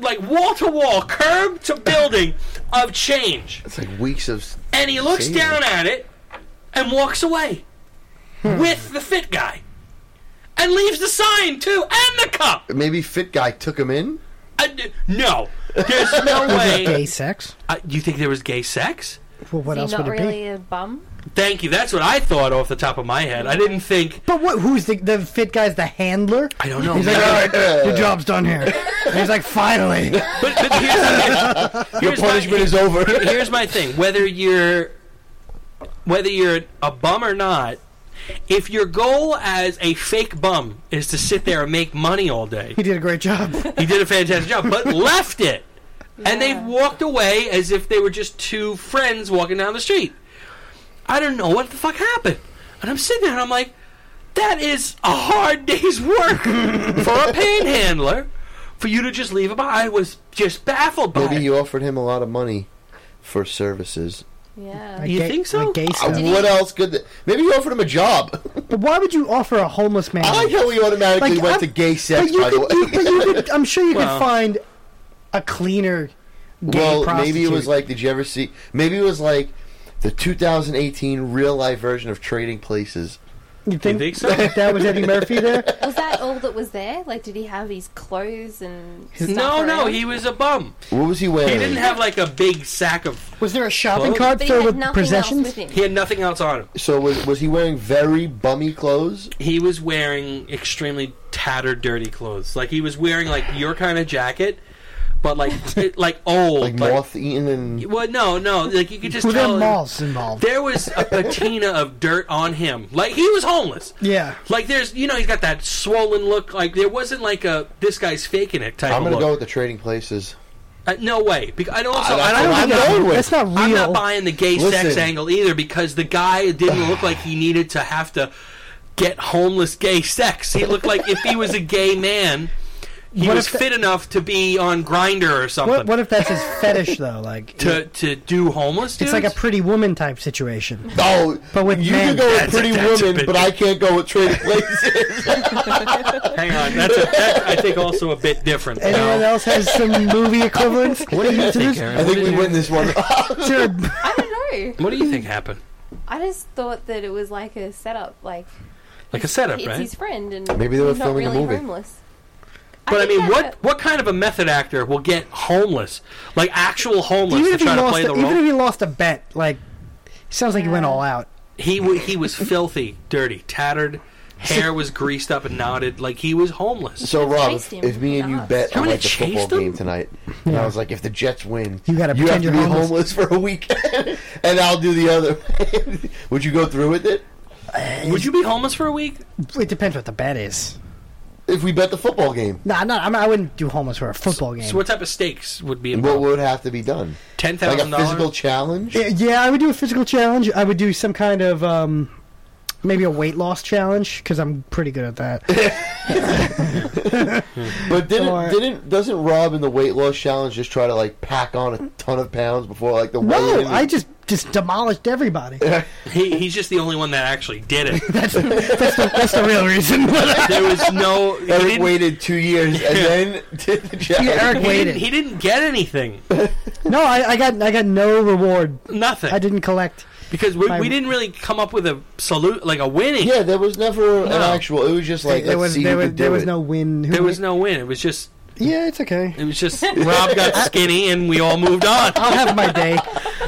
A: like wall to wall, curb to building of change.
C: It's like weeks of.
A: And he looks
C: Jeez.
A: down at it and walks away. with the fit guy, and leaves the sign too and the cup.
C: Maybe Fit Guy took
A: [laughs]
C: him in.
A: Uh, d- no, there's
B: [laughs]
A: no
B: Gay
A: way.
B: sex?
A: Uh, you think there was gay sex?
B: Well, what
D: Is
B: else
D: he
B: would
D: not
B: it
D: really
B: be?
D: a bum?
A: Thank you. That's what I thought off the top of my head. I didn't think.
B: But what? Who's the, the fit guy's the handler?
A: I don't know.
B: He's like,
A: Maybe-
C: [laughs]
B: all right, your job's done here. And he's like, finally.
A: but, but here's,
C: Your
A: here's
C: punishment
A: my,
C: is over. [laughs]
A: Here's my thing: whether you're whether you're a bum or not, if your goal as a fake bum is to sit there and make money all day,
B: He did a great job.
A: he did a fantastic job, but left it, and they
D: Yeah.
A: walked away as if they were just two friends walking down the street. I don't know what the fuck happened, and I'm sitting there and I'm like, that is a hard day's work for a panhandler. For you to just leave it behind, I was just baffled by it.
C: Maybe you offered him a lot of money for services.
D: Yeah.
A: [laughs]
B: Like
A: You
B: gay-
A: think so?
B: Like gay
C: Uh,
B: sex.
C: what else could? th- Maybe you offered him a job. [laughs]
B: But why would you offer a homeless man?
C: I like how we automatically
B: Like,
C: went
B: I'm-
C: to gay sex.
B: but you
C: By the
B: could, you,
C: [laughs] way,
B: but you could, I'm sure you
A: Well.
B: could find a cleaner gay
C: well,
B: prostitute.
C: maybe it was like. Did you ever see? Maybe it was like the 2018 real life version of Trading Places.
B: you think,
A: think so?
B: that was Eddie Murphy there?
D: Was that all that was there? Like, did he have his clothes and stuff
A: No, no,
D: around?
A: he was a bum.
C: What was he
A: He
C: wearing?
A: didn't have like a big sack of.
B: Was there a shopping
A: Clothes?
B: cart
D: But he
B: filled
D: had
B: with
D: nothing
B: possessions?
D: else with
A: He
D: him.
A: had nothing else on him.
C: So was was he wearing very bummy clothes?
A: He was wearing extremely tattered, dirty clothes. Like he was wearing like your kind of jacket, but
C: [laughs]
A: like it- like old.
C: Like moth eaten and
A: Well, no, no. Like you could just
B: Were there
A: tell.
B: malls involved?
A: There was a patina of dirt on him. Like he was homeless.
B: yeah.
A: Like there's, you know, he's got that swollen look. Like there wasn't like a this guy's faking it type. of
C: I'm gonna
A: look.
C: go with the Trading Places.
A: Uh, no way. Because I also
C: I-
A: I,
C: I
A: don't.
C: I'm
B: think that's-
C: going with-
B: that's not real.
A: I'm not buying the gay sex
C: Listen.
A: angle either because the guy didn't look like he needed to have to get homeless gay sex. He looked like if he was a gay man, he
B: What
A: was
B: if the-
A: fit enough to be on Grinder or something
B: what, what if that's his fetish though? Like
A: to to do homeless.
B: it's
A: Dudes?
B: like a
D: [laughs]
B: pretty woman type situation.
C: Oh,
B: But with
C: you
B: men.
C: can go with
A: That's a-
C: Pretty
A: that's a
C: Woman,
A: bit-
C: but I can't go with
B: [laughs]
C: Trading Places.
A: hang on. That's, a, that's I think also a bit different.
B: Anyone
A: No.
B: else has some movie equivalents?
A: What do you
B: to
A: think,
B: this?
A: Aaron?
C: I
A: What
C: think
A: did
C: we
A: you-
C: win this
B: [laughs]
C: one.
B: Is there a-
D: I don't know.
A: What do you think happened?
D: I just thought that it was like a setup. Like,
A: Like a setup,
D: it's
A: right?
D: his friend, and
C: Maybe they were
D: he's not
C: filming a
D: really
C: movie.
D: Homeless.
A: But I
D: think
A: mean,
D: that-
A: [laughs] what what kind of a method actor will get homeless, like actual homeless,
B: even
A: to
B: if he
A: try to
B: lost,
A: play
B: a,
A: the
B: even
A: role?
B: if he lost a bet, like sounds like he went
D: Yeah.
B: all out.
A: He w- he was filthy, dirty, tattered. Hair was greased up and knotted, like he was homeless.
C: So Rob, if,
D: chased him Oh
C: if me and you
D: with the
C: bet
A: You
C: on
A: wanna
C: like the
A: chase
C: football
A: them?
C: game tonight, and I was like, if the Jets win,
B: You gotta
C: have
B: pretend
C: to
B: you're
C: be
B: homeless.
C: homeless for a week, [laughs] and I'll do the other. [laughs] Would you go through with it
A: Would you be homeless for a week?
B: It depends what the bet is.
C: if we bet the football game?
B: No, I'm not. I'm, I wouldn't do homeless for a football game.
A: So what type of stakes would be
C: What
A: involved?
C: would have to be done?
A: Ten
C: Like
A: thousand
C: a physical
A: dollars.
C: challenge?
B: Yeah, yeah, I would do a physical challenge. I would do some kind of um, maybe a weight loss challenge because I'm pretty good at that.
C: But didn't
B: Or-
C: didn't doesn't Rob in the weight loss challenge just try to like pack on a ton of pounds before like the
B: Whoa!
C: weigh-in?
B: I just just demolished everybody.
A: He, he's just the only one that actually did it.
B: That's that's the, that's the real reason. [laughs]
A: There was no. He
C: Eric
A: didn't,
C: waited two years and then [laughs] did the challenge.
B: Yeah, Eric
A: he
B: waited.
A: didn't, he didn't get anything.
B: no, I, I got I got no reward.
A: Nothing.
B: I didn't collect.
A: because we,
B: my-
A: we didn't really come up with a salute like a winning.
C: Yeah, there was never an
A: No.
C: actual. It was just like
B: there
C: let's
B: was
C: see
B: there
C: who
B: was
C: could do
B: there was
C: it. [laughs]
B: no win. Who
A: There was
B: win-
A: no win. It was just
B: Yeah, it's okay.
A: it was just Rob got skinny and we all moved on.
B: I'll have my day.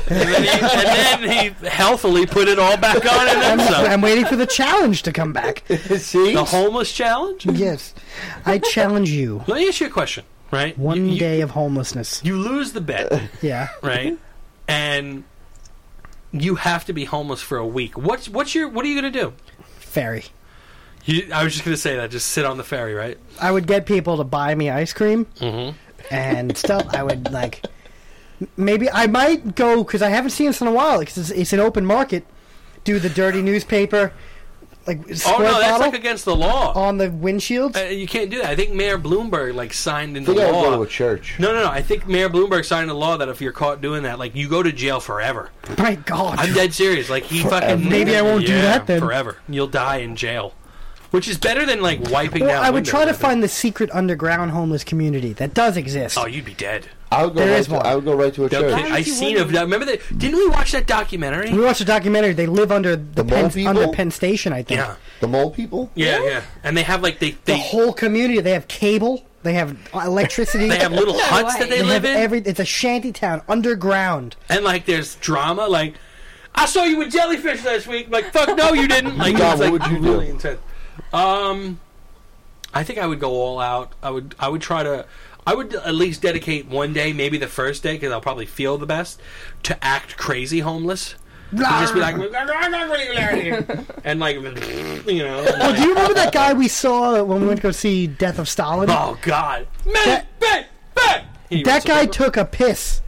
A: And then he, and then he healthily put it all back on and
B: I'm,
A: then some.
B: I'm waiting for the challenge to come back.
C: See,
A: The homeless challenge.
B: Yes, I challenge you.
A: Let me ask you a question. Right.
B: One
A: You- you-
B: day
A: [laughs]
B: of homelessness.
A: you lose the bet,
B: Yeah. [laughs]
A: right? and you have to be homeless for a week. What's what's your what are you gonna do?
B: Fairy.
A: You, I was just gonna say that. Just sit on the ferry, right?
B: I would get people to buy me ice cream
A: Mm-hmm.
B: and stuff. I would like. m- Maybe I might go because I haven't seen this in a while. Because it's, it's an open market. Do the dirty newspaper, like
A: Oh
B: squirt
A: no, that's
B: bottle Oh.
A: like against the law.
B: on the windshield.
A: Uh, you can't do that. I think Mayor Bloomberg like signed
C: I
A: into
C: think I would
A: law.
C: go to a church.
A: no, no, no. I think Mayor Bloomberg signed a law that if you're caught doing that, like you go to jail forever.
B: My God,
A: I'm dead serious. Like he fucking
B: Maybe I won't do
A: Yeah,
B: that then.
A: Forever, you'll die in jail, which is better than like wiping
B: Well,
A: down.
B: I would
A: windows,
B: try to
A: think.
B: find the secret underground homeless community that does exist.
A: Oh, you'd be dead.
C: I would go.
B: There
C: right
B: is
C: to,
B: one.
C: I would go right to a
A: The
C: church.
A: kid-
D: Why
A: I
D: would you
A: seen
D: want
A: of.
D: to-
A: Remember that? Didn't we watch that
B: We
A: documentary?
B: watched a documentary. They live under the,
C: The mole
B: Penn, under
C: people?
B: Penn Station, I think.
A: Yeah,
C: The mole
B: [laughs]
C: people.
A: yeah, yeah. And they have like they
B: The
A: they,
B: whole community. They have cable. They have electricity.
A: they have little
D: No
A: huts
D: way.
A: that they,
B: They
A: live in,
B: have every. It's a shanty town underground.
A: and like there's drama. Like I saw you with jellyfish last week. Like fuck no, you didn't. Like
C: God,
A: it's,
C: what
A: like,
C: would you do?
A: really Intense. Um, I think I would go all out. I would I would try to. I would at least dedicate one day, maybe the first day, because I'll probably feel the best, to act crazy homeless. To just be like, and like, you know. and,
B: Oh,
A: like,
B: do you remember that guy we saw when we went to go see Death of Stalin?
A: Oh God! Man,
B: That-
A: man, man. He
B: that
A: was-
B: guy took a piss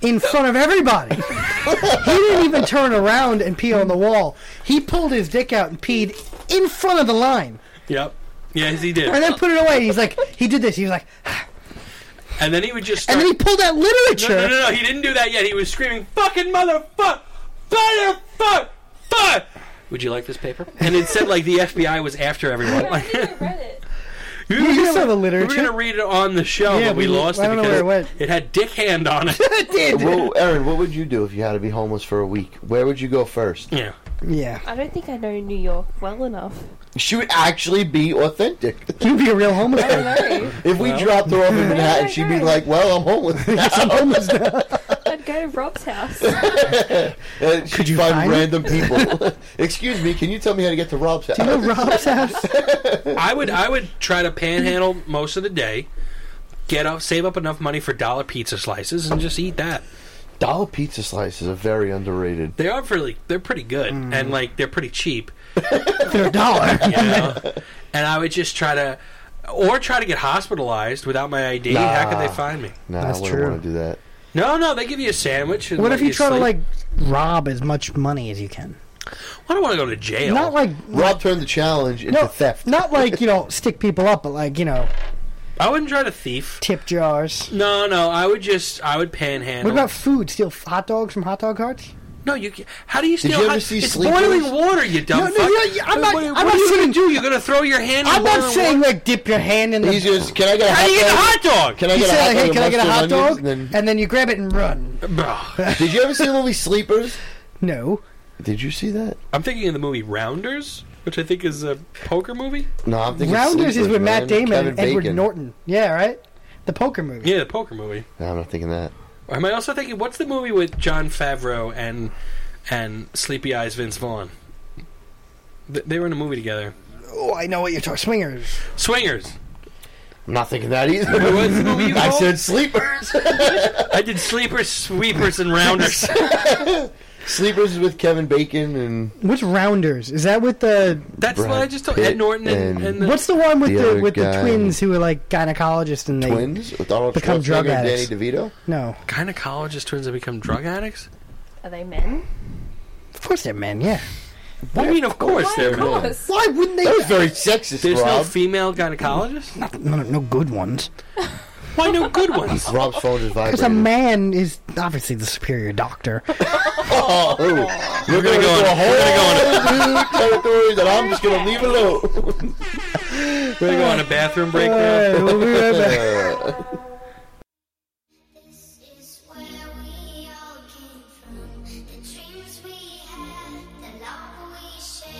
B: in front of everybody. he didn't even turn around and pee on the wall. He pulled his dick out and peed in front of the line,
A: Yep. Yes, he did.
B: and then put it away. He's like, he did this. He was like,
A: And then he would just. Start,
B: and then he pulled out literature. [laughs]
A: no, no, no, no, he didn't do that yet. He was screaming, "Fucking motherfuck, motherfuck, fuck!" Would you like this paper? And it said like the FBI was after
B: [laughs]
A: everyone. [laughs] Like,
D: I read it.
A: we
B: You
A: were
B: saw
A: gonna,
B: the
A: we were
B: literature.
A: gonna read it on the show,
B: Yeah,
A: but we,
B: we-
A: lost
B: I
A: it
B: don't know
A: because
B: where it went.
A: had dick hand on
B: [laughs]
A: it.
B: It did.
C: Well, Aaron, what would you do if you had to be homeless for a week? Where would you go first?
A: yeah.
B: Yeah,
D: I don't think I know New York well enough.
C: She would actually be authentic.
B: you'd be a real homeless.
D: I don't
B: guy.
D: know.
C: If we dropped her off
B: [laughs]
C: in Manhattan, she'd be like, "Well, I'm homeless." I'm homeless now.
D: I'd go to Rob's house.
C: [laughs] And she'd
B: you
C: find,
B: find
C: random
B: [laughs]
C: people. [laughs] Excuse me, can you tell me how to get to Rob's house?
B: You know Rob's house.
A: I would I would try to panhandle most of the day, get up, save up enough money for dollar pizza slices, and just eat that.
C: Dollar pizza slices are very underrated.
A: They are really they're pretty good
B: Mm.
A: and like they're pretty cheap.
B: for a dollar.
A: you know? and I would just try to, or try to get hospitalized without my ID. How could
C: Nah.
A: they find me?
C: Nah,
B: That's
C: I wouldn't
B: true.
C: want to do that.
A: No, no, they give you a sandwich. And
B: What
A: let
B: if you try to
A: sleep.
B: like rob as much money as you can?
A: I don't want to go to jail.
B: Not like
C: Rob turned the challenge into
B: no,
C: theft. [laughs]
B: not like you know stick people up, but like you know
A: I wouldn't try to thief.
B: tip jars.
A: No, no, I would just I would panhandle.
B: What about food? Steal f- hot dogs from hot dog carts?
A: no? You ca- how do you steal?
C: you ever
A: hot-
C: see
A: it's
C: Sleepers?
A: boiling water. You dumb
B: No, no,
A: fuck.
B: yeah, yeah, I'm not-
A: What,
B: I'm
A: what
B: not
A: are you
B: saying-
A: gonna do? You're gonna throw your hand? in
B: I'm
A: boiling
B: not saying
A: Water?
B: like dip your hand in the.
C: He's just, can I get a
A: How
C: hot
A: do you get a
C: dog?
A: hot dog?
C: Can I
B: he
C: get a hot
B: said,
C: dog?
B: "Hey,
C: with
B: can I get a hot
C: mustard
B: dog?"
C: and onions?
B: [laughs] And then you grab it and run.
A: Bro,
C: And then- Did you ever see the movie Sleepers?
B: No,
C: Did you see that?
A: [laughs] I'm thinking of the movie Rounders, which I think is a poker movie.
C: No, I'm thinking
B: Rounders is
C: Sleepers,
B: with
C: man.
B: Matt Damon
C: Kevin
B: and Edward
C: Bacon.
B: Norton. Yeah, right. The poker movie.
A: Yeah, the poker movie.
C: No, I'm not thinking that.
A: Or am I also thinking what's the movie with John Favreau and and Sleepy Eyes Vince Vaughn? Th- They were in a movie together.
B: Oh, I know what you're talking. Swingers.
A: Swingers.
C: I'm not thinking that either.
A: What's the movie you
C: [laughs] I
A: called?
C: said Sleepers.
A: I did sleepers, sweepers, and rounders.
C: Sleepers is with Kevin Bacon and
B: What's Rounders? Is that with the?
A: That's what I
C: Brad
A: just told
C: Pitt
A: Ed Norton and,
C: and-
A: and the,
B: What's the one with
C: The
B: the,
C: other
B: with the
C: guy.
B: twins who are like gynecologists and they?
C: twins with Arnold
B: Become drug
C: Schwarzenegger and Danny
B: addicts.
C: DeVito.
B: No,
A: gynecologist twins that become drug addicts?
D: Are they men?
B: of course they're men. Yeah.
A: I mean, of course
D: Why,
A: they're
D: of
A: men.
D: course.
B: Why wouldn't they?
C: That was very sexist,
A: There's no
C: Rob.
A: female gynecologist.
B: No, no good ones.
A: Why no good
C: [laughs]
A: ones?
C: Rob's phone just
B: Because a
C: vibrated.
B: man is obviously the superior [laughs] doctor.
C: Oh, ooh. We're
A: gonna go on-
C: a
A: we're
C: whole new territory that I'm just gonna leave alone.
A: We're
C: [laughs]
A: gonna go on a bathroom break now.
B: Alright, we'll be right back.
E: This is where we all came from. The dreams we had,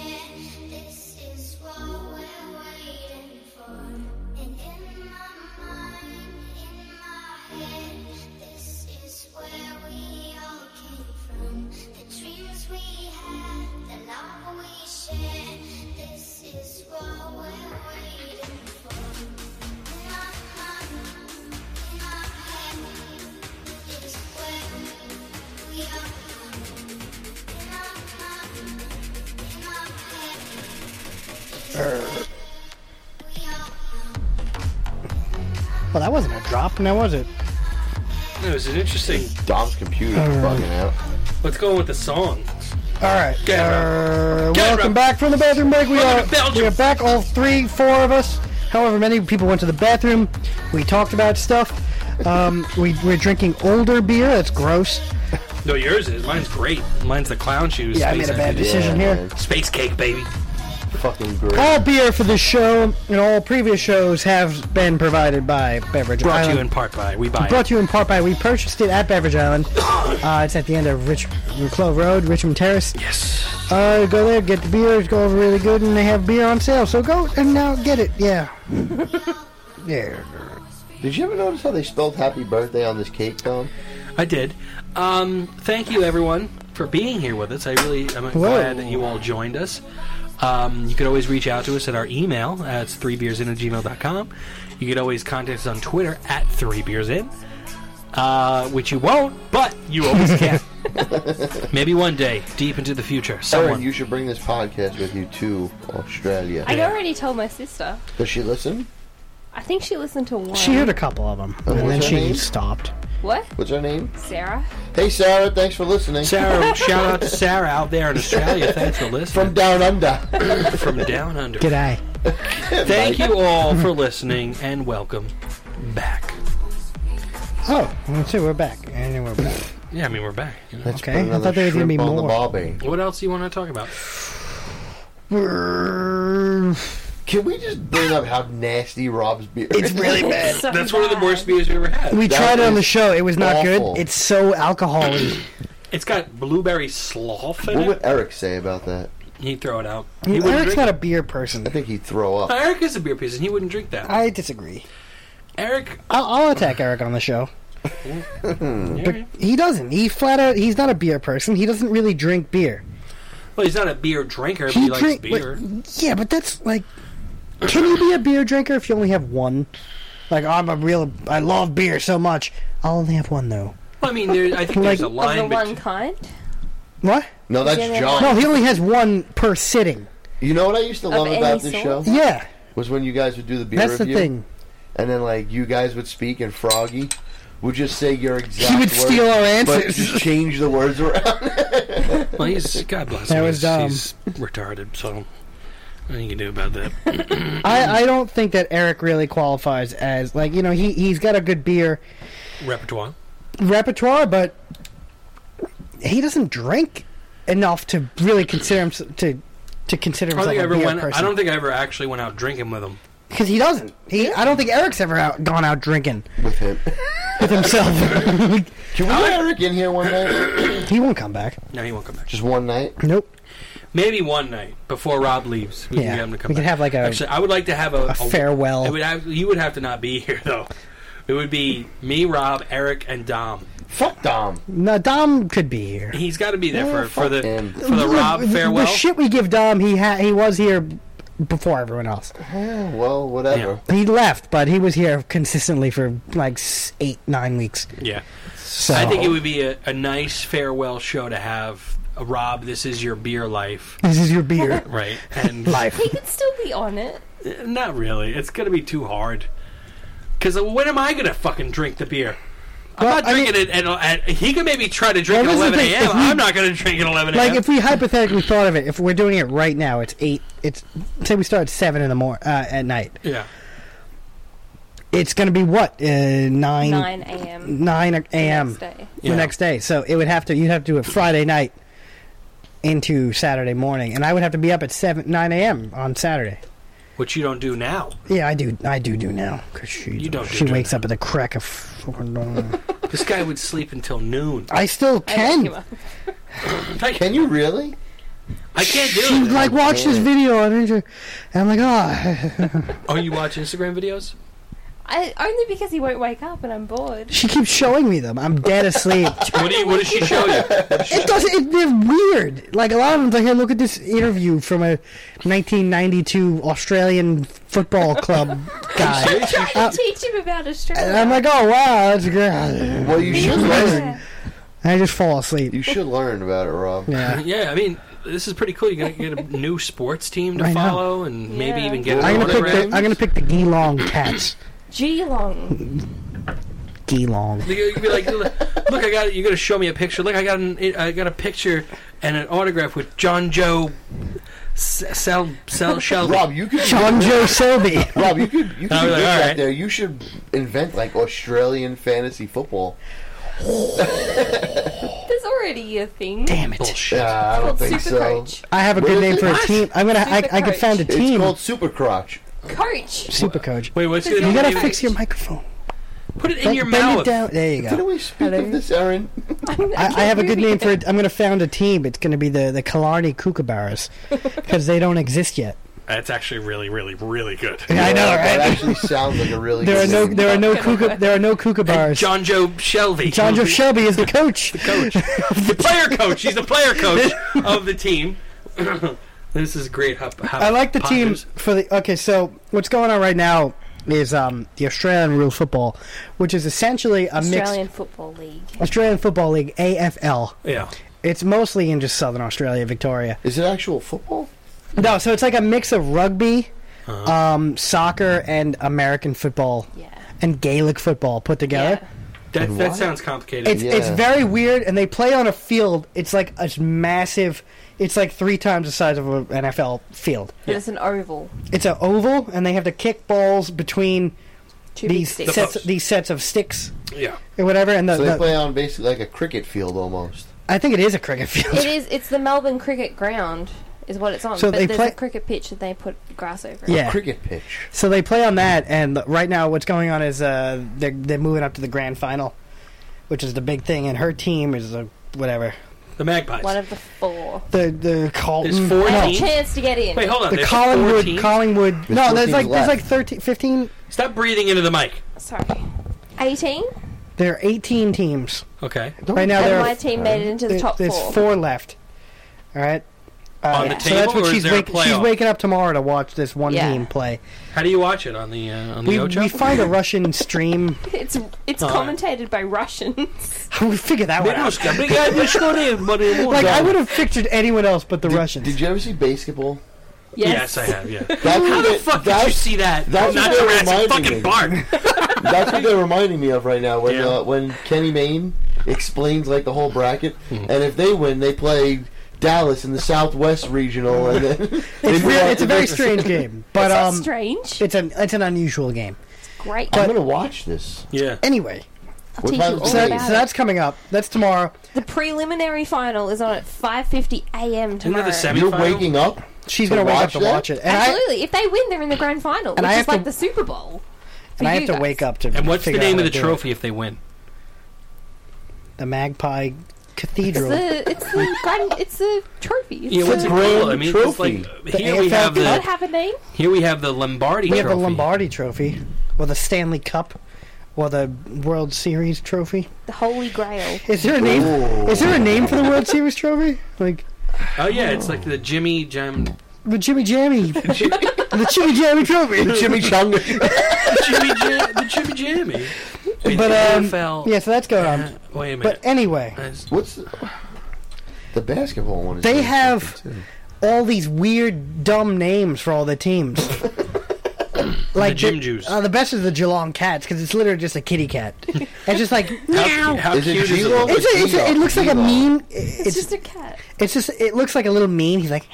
E: the love we shared. This is what we're waiting for. And in my mind, in my head, this is where we all came from. The dreams we had, the love we shared. This is what we're waiting for. In my mind, in my head, it's where we are from. In our mind, in our head, it's where we are from.
B: Well, that wasn't a drop, now was it?
A: It was an interesting.
C: Dom's computer fucking out.
A: Let's go with the song.
B: All right.
A: Get
B: uh,
A: Get
B: welcome
A: up.
B: back from the bathroom break. We
A: Welcome
B: are
A: to Belgium.
B: we are back, all three, four of us. However many people went to the bathroom. We talked about stuff. Um, we we're drinking older beer. That's gross.
A: No, yours is. Mine's great. Mine's the clown shoes.
B: Yeah, I
A: Space
B: made a bad
A: Engine.
B: decision
C: Yeah,
B: here.
C: man.
A: Space cake, baby.
C: fucking great.
B: All beer for this show and all previous shows have been provided by Beverage
A: Brought to
B: Island.
A: you in part by We Buy It.
B: brought to you in part by we purchased it at Beverage
A: [coughs]
B: Island. Uh, it's at the end of Rich Clove Road, Richmond Terrace.
A: Yes.
B: Uh, go there, get the beer. It's going really good, and they have beer on sale. So go and now get it. Yeah, yeah.
C: Did you ever notice how they spelled happy birthday on this cake, Tom?
A: I did. Um, thank you, everyone, for being here with us. I really am glad that you all joined us. Um, you could always reach out to us at our email. Uh, it's threebeersin at gmail.com. You could always contact us on Twitter at threebeersin, uh, which you won't, but you always can. Maybe one day, deep into the future,
C: Aaron,
A: someone.
C: you should bring this podcast with you to Australia.
D: I already told my sister.
C: Does she listen?
D: I think she listened to one.
B: She heard a couple of them, and
C: what's
B: then
C: her
B: she
C: name?
B: stopped.
D: what?
C: What's her name?
D: Sarah?
C: Hey, Sarah. Thanks for listening.
A: Sarah, shout out to Sarah out there in Australia. Thanks for
C: From
A: listening.
C: down under.
A: From, down under.
B: G'day.
A: Thank you all for listening and welcome back.
B: Oh, let's see, we're back, and then we're back.
A: Yeah, I mean, we're back. you know.
B: Okay, I thought there was gonna be
C: Shrimp on the
B: more.
C: barbie.
A: What else do you want to talk about?
C: Can we just bring up how nasty Rob's beer
B: It's
C: is?
B: really bad.
D: So
A: That's one of the
D: bad.
A: worst beers we ever had.
B: We
C: That
B: tried it on the
C: is
B: show. It was not
C: awful.
B: good. It's so alcoholic.
A: it's got blueberry sloth in
C: What would
A: it.
C: Eric say about that?
A: He'd throw it out. He wouldn't
B: Eric's
A: drink
B: not a
A: it.
B: beer person.
C: I think he'd throw up.
A: Eric is a beer person. He wouldn't drink that.
B: I disagree.
A: Eric,
B: I'll, I'll attack Eric on the show.
A: yeah, yeah.
B: He doesn't. He flat out. He's not a beer person. He doesn't really drink beer.
A: well, he's not a beer drinker, but
B: He
A: he, likes
B: drink-
A: beer.
B: wait, yeah, but that's like, can you be a beer drinker if you only have one? Like, I'm a real. I love beer so much. I'll only have one though.
A: Well, I mean, there, I think
B: Like-
A: there's a
D: Of the
A: line.
D: one
A: between
D: kind?
B: What?
C: No, that's
D: Yeah, yeah,
C: John.
B: No, he only has one per sitting.
C: You know what I used to love
D: any
C: about this
D: sort?
C: show?
B: Yeah,
C: Was when you guys would do the beer
B: that's the
C: review.
B: thing.
C: And then, like, you guys would speak, and Froggy would just say your exact
B: He would
C: words,
B: steal our
C: But
B: answers.
C: just change the words around. [laughs]
A: well, he's God bless
B: That
A: him.
B: was
A: he's,
B: dumb.
A: he's retarded, so nothing you can do about
B: [laughs]
A: that.
B: I, I don't think that Eric really qualifies as like you know he he's got a good beer
A: Repertoire.
B: repertoire, but he doesn't drink enough to really consider him to to consider
A: I don't
B: himself
A: think I
B: a
A: ever
B: beer
A: went. I
B: person.
A: don't think I ever actually went out drinking with him.
B: because he doesn't. He I don't think Eric's ever out gone out drinking
C: With him.
B: with himself. [laughs]
C: Can we get Eric in here one night?
B: He won't come back.
A: No, he won't come back.
C: Just one night?
B: Nope.
A: Maybe one night before Rob leaves, we
B: Yeah.
A: can get him to come.
B: We
A: back.
B: could have, like, a-
A: Actually, I would like to have a,
B: A farewell.
A: It would have, you would have to not be [laughs] here though. It would be me, Rob, Eric, and Dom.
C: Fuck Dom.
B: No, Dom could be here.
A: He's got to be there
C: Yeah,
A: for, for the
C: fuck him.
A: for the Rob farewell.
B: The shit we give Dom, he ha- he was here before everyone else.
C: Yeah, well, whatever.
B: He left, but he was here consistently for like s- eight, nine weeks.
A: yeah,
B: So
A: I think it would be a, a nice farewell show to have. uh, Rob, this is your beer life,
B: this is your [laughs] beer
A: right? And
B: life.
D: He could still be on it.
A: not really. It's gonna be too hard. Because when am I gonna fucking drink the beer? I'm
B: Well,
A: not
B: I mean-
A: drinking it. At, at, he could maybe try to drink
B: Well,
A: at
B: this is
A: 11
B: the thing,
A: a.m.
B: if we-
A: I'm not gonna drink at 11 a.m.
B: Like if we hypothetically thought of it, if we're doing it right now, it's eight. It's say we start at seven in the mor- uh, at night.
A: yeah.
B: It's going to be what uh, nine
D: 9 a.m.
B: nine
D: the
B: a.m.
D: next day.
A: Yeah.
B: the next day. So it would have to you'd have to do it Friday night into Saturday morning, and I would have to be up at seven nine a.m. on Saturday.
A: Which you don't do now.
B: Yeah, I do. I do do now because she
A: You don't do
B: she
A: do
B: wakes up at the crack of fucking dawn.
A: This guy would sleep until
B: [laughs]
A: noon.
B: I still
D: I don't give
B: can.
D: a-
A: I,
C: Can you really?
A: I can't do
B: She
A: it.
B: like watch this
C: Yeah.
B: video on Instagram, and I'm like, oh,
A: oh, you watch Instagram videos?
D: I, only because he won't wake up and I'm bored.
B: she keeps showing me them. I'm dead asleep.
A: What do you? What does she show
B: [laughs]
A: you?
B: it doesn't. It, they're weird. Like a lot of them, like, hey, look at this interview from a 1992 Australian football club guy.
D: [laughs] Trying to teach him about
B: And
D: Australia.
B: I'm like, oh wow, that's great.
C: Well, you
B: [laughs]
C: should learn.
D: Yeah.
B: I just fall asleep.
C: You should learn about it, Rob.
B: Yeah.
A: Yeah, I mean, this is pretty cool. You're gonna get a new sports team to
B: I know.
A: follow, and maybe
D: Yeah.
A: even get an
B: I'm gonna pick the
A: autograph.
B: I'm gonna pick the Geelong Cats.
D: Geelong.
B: Geelong.
A: You're gonna be like, look, I got. You're gonna show me a picture. Look, I got an. I got a picture and an autograph with John Joe. Sell,
B: [laughs]
A: sell, Shelby.
C: Rob, you could
B: John Joe Selby.
C: Rob, you could you
A: [laughs]
C: could
A: I'll
C: do
A: be like,
C: this
A: "All
C: out
A: right."
C: there. You should invent like Australian fantasy football.
D: There's already a thing.
B: Damn it.
A: Bullshit.
C: Uh, I don't
D: called
C: think
D: Super
C: so.
D: Coach.
B: I have a
C: What
B: good
C: is
B: name
C: it?
B: for a
C: What?
B: team. I'm gonna. I, I could found a
D: It's
C: It's
B: team.
C: called Super Crotch.
D: Coach.
B: Super Coach.
A: Wait, what's
D: You
A: it?
B: You
D: gotta
B: gotta
D: Wait.
B: fix your microphone.
A: Put it in
B: Bend-
A: your
B: bend
A: mouth.
B: it down. There you
C: Didn't
B: go.
C: we speak of this, Aaron?
B: I, I have a good name for it. I'm gonna found a team. It's gonna be the the Killarney Kookaburras because they don't exist yet.
A: That's actually really, really, really good.
B: I know,
C: That
B: right?
C: actually sounds
B: [laughs]
C: like a really
B: There are
C: good
B: no
C: name.
B: there are no kooka, there are no Kookaburras.
A: John Joe Shelby.
B: John Joe Shelby is the coach.
A: coach. the player coach. He's the
B: [laughs]
A: player coach of the team. [clears throat] this is great. Hop, hop,
B: I like the team
A: Potters.
B: for the okay. So what's going on right now is um, the Australian Rule Football, which is essentially a
D: Australian
B: mixed
D: Football League.
B: Australian Football League AFL.
A: Yeah.
B: It's mostly in just Southern Australia, Victoria.
C: Is it actual football?
B: No, so it's like a mix of rugby, um, soccer, and American football
D: Yeah.
B: and Gaelic football put together.
D: Yeah.
A: That, that
C: What?
A: sounds complicated.
B: It's it's
C: Yeah.
B: very weird, and they play on a field. It's like a massive. It's like three times the size of an NFL field.
D: And it's an oval.
B: It's an oval, and they have to kick balls between
D: Two
B: these
D: big sticks.
B: sets
A: post.
B: these sets of sticks
A: yeah.
B: or whatever and the,
C: So they
B: the-
C: play on basically like a cricket field almost.
B: I think it is a cricket field.
D: It is. It's the Melbourne Cricket Ground, is what it's on.
B: So
D: but
B: they
D: there's
B: play-
D: a cricket pitch that they put grass over. it.
B: yeah.
C: Cricket pitch.
B: So they play on that and the- right now what's going on is uh they're they're moving up to the grand final, which is the big thing and her team is uh, whatever.
A: The Magpies.
D: One of the four.
B: The the Colton
A: There's four
D: And a
A: teams?
D: chance to get in.
A: Wait, hold on.
B: Mm-hmm. the
A: There's
B: Collingwood
A: 14?
B: Collingwood No,
C: four
B: there's
C: teams
B: like
C: left.
B: there's like 13 15
A: Stop breathing into the mic.
D: Sorry. 18?
B: there are 18 teams.
A: Okay.
C: Don't
B: Right now
D: and
B: there are
D: my team made it into the
B: there-
D: top
B: there's
D: four.
B: left. All right. Uh,
A: On the
B: so that's
A: table,
B: what
A: or is
B: she's
A: there a
B: waking she's
A: playoff?
B: waking up tomorrow to watch this one
D: Yeah.
B: team play.
A: How do you watch it on the uh, on the
B: We,
A: Ocho?
B: we find a Russian stream [laughs]
D: It's it's
A: All right.
D: commentated
A: [laughs]
D: by Russians.
B: we figure that one out.
A: Бегушка, бегай, бегушка, бегай,
B: Like I
A: бегай.
B: would have pictured anyone else but the
C: Did-
B: Russians.
C: Did you ever see basketball?
A: Yes, I have. Yeah.
C: That's
A: How
C: what
A: the
C: they-
A: fuck did you
C: that's-
A: see that?
C: that's
A: Not
C: what it
A: Jurassic
C: reminded
A: fucking
C: me.
A: Park.
C: That's what they're reminding me of right now. When
A: Yeah.
C: uh, when Kenny Mayne explains like the whole bracket,
B: Hmm.
C: and if they win, they play Dallas in the Southwest Regional, and then
B: [laughs]
C: they
B: it's,
C: move
B: real,
C: on
B: it's
C: to
B: a very
C: the-
B: strange game, but
D: That's
B: um,
D: strange.
B: it's an it's an unusual game.
D: Great.
C: I'm gonna watch this.
A: Yeah.
B: Anyway,
D: I'll
C: what
D: teach
C: time
D: you
C: is
D: all
C: it?
B: so, that-
D: about
B: so that's
D: it.
B: coming up. That's tomorrow.
D: The preliminary final is on at 5.50 a.m.
A: Isn't that
D: tomorrow.
A: the semi
C: You're waking
B: [laughs]
C: up.
B: She's
C: To
B: gonna wake up
C: watch
B: to
C: that?
B: watch it, and I
D: Absolutely. if they win, they're in the grand final,
B: And
D: which
B: I
D: is
B: have
D: like
B: to-
D: the Super Bowl.
B: and I
D: you
B: have to
D: guys.
B: wake up to.
A: And what's the
B: figure out
A: name
B: how
A: of the
B: to do it.
A: trophy if they win?
B: The Magpie
D: It's
B: Cathedral.
D: the, it's the grand... It's the trophy. It's
A: Yeah, what's it
D: the,
A: called?
C: grand
A: I mean, it's
C: trophy.
A: like here we
B: AFL
A: have
D: Does it
A: the
D: have a name?
A: here we have the Lombardi
B: we have
A: trophy.
B: the Lombardi Trophy, or the Stanley Cup, or the World Series Trophy.
D: The Holy Grail.
B: Is there a name?
C: Ooh.
B: Is there a name for the World Series Trophy? Like
A: Oh yeah, it's like the Jimmy Jam [laughs]
B: the Jimmy Jammy, the
A: Jimmy
B: Jimmy Jammy Trophy.
A: [laughs]
C: Jimmy Chung.
A: Jam the Jimmy Jammy. Wait,
B: But
A: the
B: um,
A: AFL.
B: yeah, so that's going on.
A: uh, wait a minute.
B: But anyway,
A: That's-
C: [laughs] What's the, the basketball one? Is
B: They
C: really
B: have-
C: stupid, too.
B: all these weird, dumb names for all the teams. like
A: The Jim Jews.
B: Uh, the best is the Geelong Cats because it's literally just a kitty cat. it's just like
A: how,
B: meow.
A: how
C: Is it
A: cute is
C: G-Lo?
A: it?
B: It's a, it's a, it looks like a
C: Geelong.
B: mean.
D: It's,
B: It's
D: just
B: just,
D: a cat.
B: it's just it looks like a little mean. He's like,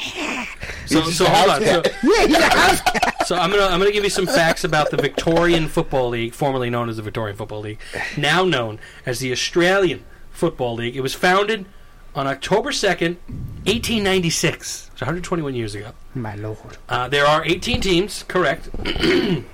B: [laughs]
A: So,
C: It's
A: so
C: a
A: hold
C: house
A: on. So,
B: yeah, he's a house cat.
A: So I'm gonna I'm gonna give you some facts about the Victorian Football League, formerly known as the Victorian Football League, now known as the Australian Football League. It was founded on October second, 1896. It's 121 years ago.
B: [laughs] My lord,
A: Uh, there are 18 teams, correct? [clears throat]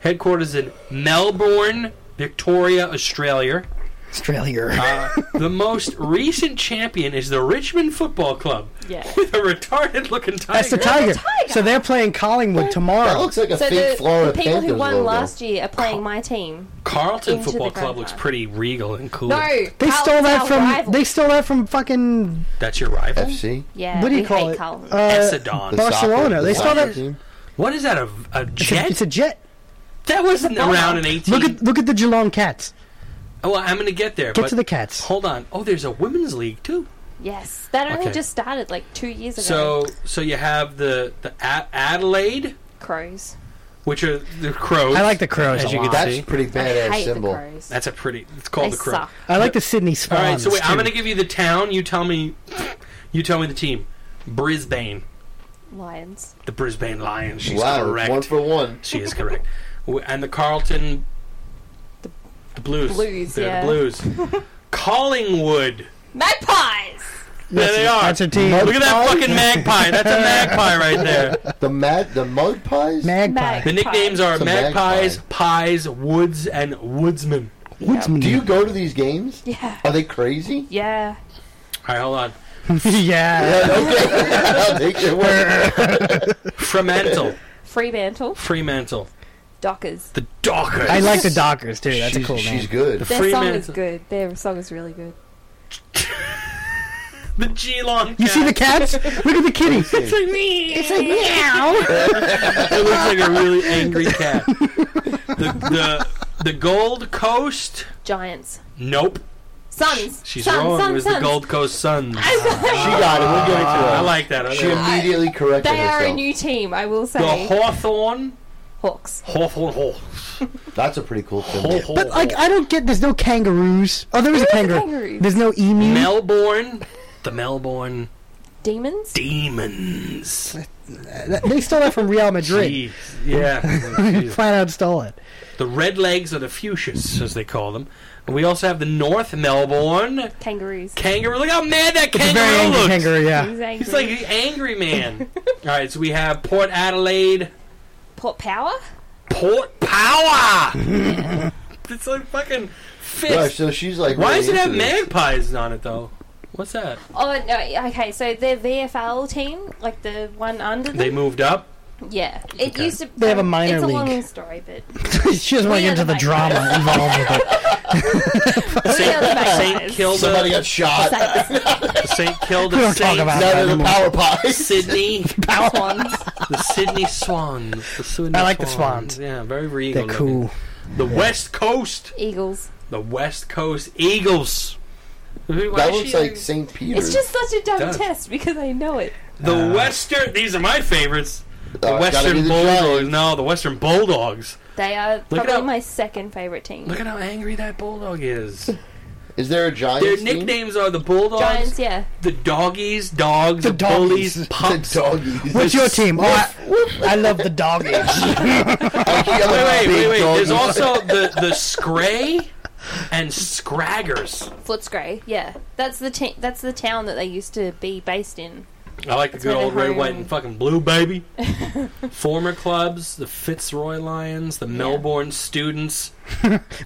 A: Headquarters in Melbourne, Victoria, Australia. [laughs]
B: Australia.
A: Uh, the most recent champion is the Richmond Football Club
D: Yeah.
A: with a retarded-looking tiger.
B: That's the tiger. So they're playing Collingwood
C: That
B: tomorrow.
C: looks like a
D: So
C: fake
D: the,
C: Florida
D: the people
C: Panthers
D: who won
C: logo.
D: last year are playing my team.
A: Carlton
D: Into the
A: Football Club
D: grand
A: looks
D: final.
A: pretty regal and cool.
D: No,
B: They stole
D: Carlton's
B: that
D: our
B: from.
D: rival.
B: They stole that from fucking.
A: That's your rival.
C: FC.
D: yeah,
B: What do you
D: we
B: call
D: hate
B: it?
D: Carlton.
B: Uh,
A: Essendon.
C: The
B: Barcelona,
C: soccer- the
B: they saw
C: soccer
B: that-
C: team.
A: What is that? A, a
B: it's a-
A: jet?
B: it's a jet.
A: that wasn't
D: It's a
A: around in
D: bomber.
A: eighteen.
B: Look at look at the Geelong Cats.
A: Oh, well, I'm gonna get there.
B: Get
A: but
B: to the Cats.
A: Hold on. Oh, there's a women's league too.
D: yes, that only
A: Okay.
D: just started like two years ago.
A: So, so you have the the a- Adelaide,
D: crows.
A: which are the crows.
B: I like the Crows
A: As
B: a
A: you
B: lot.
A: can
C: That's
A: see.
C: pretty
D: I
C: badass
D: hate
C: symbol.
D: the crows.
A: That's a pretty. It's
D: they
A: called the crow.
D: suck.
B: I like the Sydney
A: All
B: Swans.
A: right. So wait, I'm
B: too.
A: gonna give you the town. You tell me. You tell me the team. Brisbane,
D: Lions.
A: the Brisbane Lions. She's
C: Wow,
A: correct.
C: one for one.
A: She is correct. W- And the Carlton, the, Blues.
D: Blues,
A: They're
D: yeah. [laughs]
A: The Blues. Collingwood.
D: Magpies!
A: There they are.
B: That's a team.
A: Look at that
C: Magpie?
A: fucking magpie. That's a magpie right there.
C: The mad, the magpies.
B: Magpie.
A: The nicknames are
C: It's a magpie.
A: magpies, pies, woods, and woodsmen.
B: Woodsman.
C: Do you go to these games?
D: Yeah.
C: Are they crazy? [laughs]
D: Yeah.
A: All right, hold on. [laughs]
B: [laughs] yeah.
C: Okay. I'll take your word.
A: Fremantle,
D: Fremantle.
A: Fremantle,
D: Dockers.
A: the Dockers.
B: I like the Dockers too. That's
C: she's,
B: a cool
C: she's
B: name.
C: good.
D: Their song is
A: Fremantle.
D: good. Their song is really good.
A: [laughs] the Geelong.
B: You see the
A: Cats.
B: cats? Look at the kitty.
A: [laughs] It's like me.
B: It's like meow.
A: It looks like a
B: [laughs]
A: really angry cat. The the, the Gold Coast.
D: Giants.
A: Nope.
D: Suns.
A: She's
D: Suns,
A: wrong.
D: Suns,
A: it was
D: Suns.
A: the Gold Coast Ah. Suns.
D: [laughs] I
C: She
D: was-
C: got it. We'll give it to her.
A: I like that. I
C: Uh, She
A: like that.
C: immediately corrected
D: they are
C: herself.
D: a new team, I will
A: the
D: say.
A: Hawthorn.
D: Hawks.
A: Hawthorn. Haw.
C: That's a pretty cool thing.
A: Haw, Haw,
B: But like,
A: Haw.
B: I don't get. There's no kangaroos. Oh, there is a
D: There is a
B: kangaroo.
D: kangaroo.
B: There's no emu.
A: Melbourne. The Melbourne
D: Demons?
A: Demons.
B: That- they stole that from Real Madrid.
A: Jeez. Yeah. Jeez.
B: Flat out stole it.
A: the Red Legs or the Fuchsias, as they call them. And we also have the North Melbourne
D: Kangaroos.
A: Kangaroo. Look how mad that
B: It's a very
A: kangaroo
B: angry
A: looks.
B: kangaroo. Yeah. [laughs]
D: He's angry.
A: He's like an angry man. All right, so we have Port Adelaide,
D: Port Power?
A: Port Power. it's like fucking fist.
C: Yeah, so she's like.
A: Why
C: really
A: does it have
C: into this.
A: magpies on it though? What's that?
D: Oh, no. Okay, so their VFL team, like the one under them.
A: They moved up.
D: yeah. It
A: Okay.
D: used to. um,
B: They have a minor
D: It's a long
B: league.
D: story,
A: [laughs]
D: but.
B: she doesn't want to
D: We
B: get
D: are
B: into
D: the
B: the drama involved with it.
D: Saint,
A: Saint
C: Somebody
A: Kilda,
C: got shot.
A: Saint Kilda,
B: We don't talk
A: Saints,
B: about
C: None of the
B: Animal.
C: power pies.
A: Sydney,
D: Swans.
A: the Sydney Swans. The Sydney
B: I like the Swans.
A: Yeah, very regal. [laughs]
B: They're cool.
A: The West Coast,
D: Eagles.
A: the West Coast Eagles.
C: [laughs] That looks like St. Peter's.
D: It's just such a dumb
A: Does.
D: test because I know it.
B: Uh,
A: the Western. These are my favorites. The
C: Oh, it's gotta be
A: Western
C: the
A: Bulldogs.
C: Giants.
A: No, the Western Bulldogs.
D: They are
A: Look it
D: probably
A: up.
D: my second favorite team.
A: Look at how angry that bulldog is.
C: Is there a Giants?
A: Their
C: team?
A: nicknames are the Bulldogs,
D: Giants, yeah.
A: the Doggies, Dogs,
B: The
A: the, Bullies,
B: Doggies.
A: Pups.
C: The doggies. [laughs]
B: What's your team? Oh, I, I love the doggies.
A: [laughs] wait, wait, wait, wait. There's also the the Scray and Scraggers.
D: Footscray, yeah. That's the ta- that's the town that they used to be based in.
A: I like the good
D: where
A: old
D: they're
A: red, white,
D: home.
A: and fucking blue, baby. Former clubs, the Fitzroy Lions, the Melbourne [laughs] Students.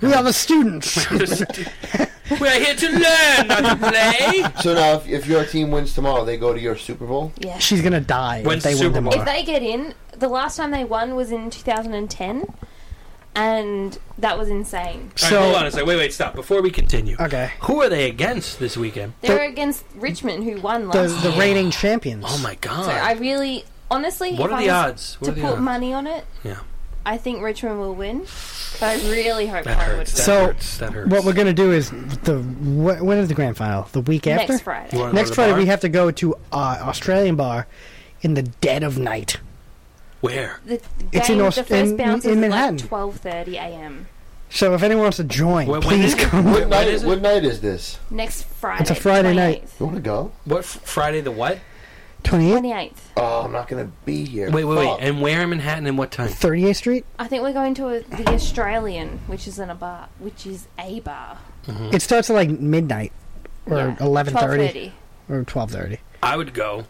B: We are the students.
A: We're here to learn, not to play.
C: So now, if, if your team wins tomorrow, they go to your Super Bowl.
D: Yeah.
B: She's gonna die
A: When's
B: if they
A: the
B: win
A: Super Bowl?
D: If
B: tomorrow.
D: they get in, the last time they won was in 2010, and that was insane.
A: All right, hold on
B: So
A: a second. Wait, wait, stop. Before we continue,
B: okay,
A: who are they against this weekend?
D: They were against Richmond, who won
B: the
D: last.
B: the reigning champions.
A: Oh my god!
D: so I really, honestly,
A: what
D: if
A: are
D: I
A: the
D: was
A: odds? What
D: to
A: are the
D: put
A: odds?
D: money on it,
A: Yeah,
D: I think Richmond will win. But I really hope
A: that
D: Collingwood
A: hurts. That
D: wins.
B: So,
A: hurts. That hurts.
B: What we're gonna do is the wh- when is the grand final? The week after.
D: next Friday.
A: You wanna go to
B: Next
A: the
B: Friday
A: bar?
B: we have to go to uh, Australian bar in the dead of night.
A: Where?
D: The
B: It's
D: game,
B: in
D: the
B: Aust-
D: first
B: in-
D: bounce
B: in
D: is
B: Manhattan.
D: at like 12:30 a.m.
B: So if anyone wants to join,
A: Wait, when
B: please
A: is it?
B: come.
C: What,
A: what
C: night,
A: is it?
C: what night is this?
D: Next Friday.
B: a Friday night.
C: You want to go?
A: What f- Friday? The what?
B: Twenty eighth,
D: 28th.
C: Oh, I'm not gonna be here.
A: Wait, wait, wait.
C: Fuck.
A: And where in Manhattan and what time?
B: thirty eighth Street.
D: I think we're going to a, the Australian, which is in a bar, which is a bar.
A: Hmm.
B: It starts at like midnight or
D: Yeah,
B: eleven thirty
D: 12:30.
B: or twelve thirty.
A: I would go.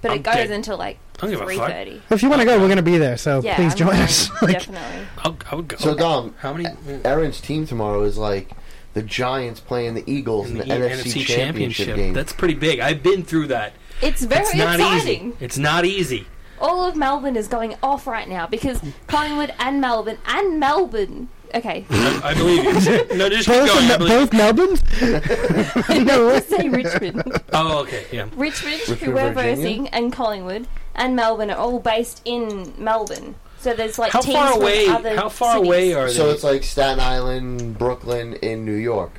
D: But
A: I'm
D: it goes
A: dead.
D: until like
A: I don't give a fuck.
D: three thirty.
B: If you want to go, we're gonna be there. So
D: Yeah,
B: please
D: I'm
B: join
D: going, [laughs]
B: us. [laughs] Like,
D: definitely.
A: I'll, I would go.
C: So Dom,
A: how many? uh,
C: Aaron's team tomorrow is like the Giants playing the Eagles in the,
A: E-
C: NFC, Championship, game.
A: That's pretty big. I've been through that.
D: It's very
A: it's not
D: exciting.
A: easy. It's not easy.
D: All of Melbourne is going off right now because Collingwood and Melbourne and Melbourne. Okay, [laughs]
A: I, I believe
B: [laughs]
A: you. No, just keep
B: both
A: going. I
B: in,
A: believe.
B: both Melbourne. [laughs] no, way.
D: say Richmond,
A: Oh, okay. Yeah.
D: Richmond,
C: Richmond,
D: who we're
C: Virginia?
D: versing, and Collingwood and Melbourne are all based in Melbourne. So there's like
A: How
D: teams
A: far
D: from
A: away?
D: other
A: How far
D: cities.
A: away are
C: so
A: they?
C: it's like Staten Island, Brooklyn, in New York.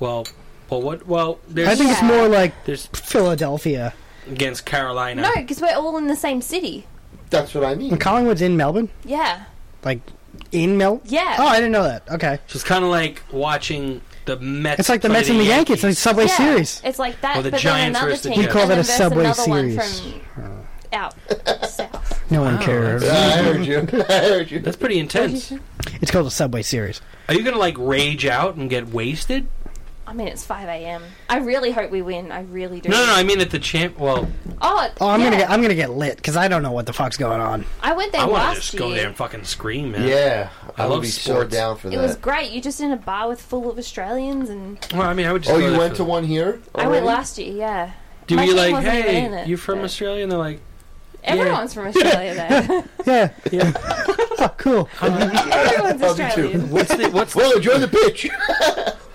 A: well, well, what? Well, there's
B: I think it's
D: Yeah.
B: more like
A: there's
B: Philadelphia.
A: against Carolina.
D: No, because we're all in the same city.
C: That's what I mean.
B: And Collingwood's in Melbourne,
D: Yeah,
B: like in Mel.
D: yeah.
B: Oh, I didn't know that. Okay,
A: So it's kind of like watching the Mets.
B: it's like the
A: play
B: Mets and the Yankees. It's like Subway
D: Yeah,
B: Series.
D: It's like that,
A: Or the
D: but
A: Giants
D: then another
A: versus the
D: team.
A: Jets. We call
D: and
B: that
D: then
B: a
D: versus
B: Subway
D: another
B: Series.
D: One from
A: [laughs]
D: out south.
B: No one
A: Wow,
B: cares.
C: Yeah, [laughs] I heard you. [laughs] I heard you.
A: That's pretty intense.
B: It's called a Subway Series.
A: Are you gonna like rage out and get wasted?
D: I mean, it's 5 a.m. I really hope we win. I really do.
A: No, no, no. I mean at the champ. Well,
D: Oh,
B: Oh, I'm
D: yeah.
B: gonna get I'm gonna get lit because I don't know what the fuck's going on.
D: I went there
A: I want
D: last
A: to just
D: year.
A: go there and fucking scream, man.
C: Yeah,
A: I
C: I, would
A: love
C: be so
A: sports.
C: down for
D: it was
C: that.
D: great. You're just in a bar with full of Australians, and
A: Well, I mean, I would just.
C: Oh,
A: go
C: you
A: there
C: went
A: for
C: to
A: the-
C: one here?
D: I went
C: already?
D: last year. Yeah,
A: Do
D: My
A: you
D: team
A: like?
D: wasn't even in
A: Hey,
D: it,
A: you from
D: but-
A: Australia? And they're
C: [laughs]
A: like,
D: everyone's from Australia
A: [laughs]
D: there.
B: [laughs] Yeah.
A: yeah.
B: Oh, cool.
C: Love
D: everyone's
C: you too.
D: Australian.
A: what's the what's
C: Well, enjoy the pitch.
A: [laughs]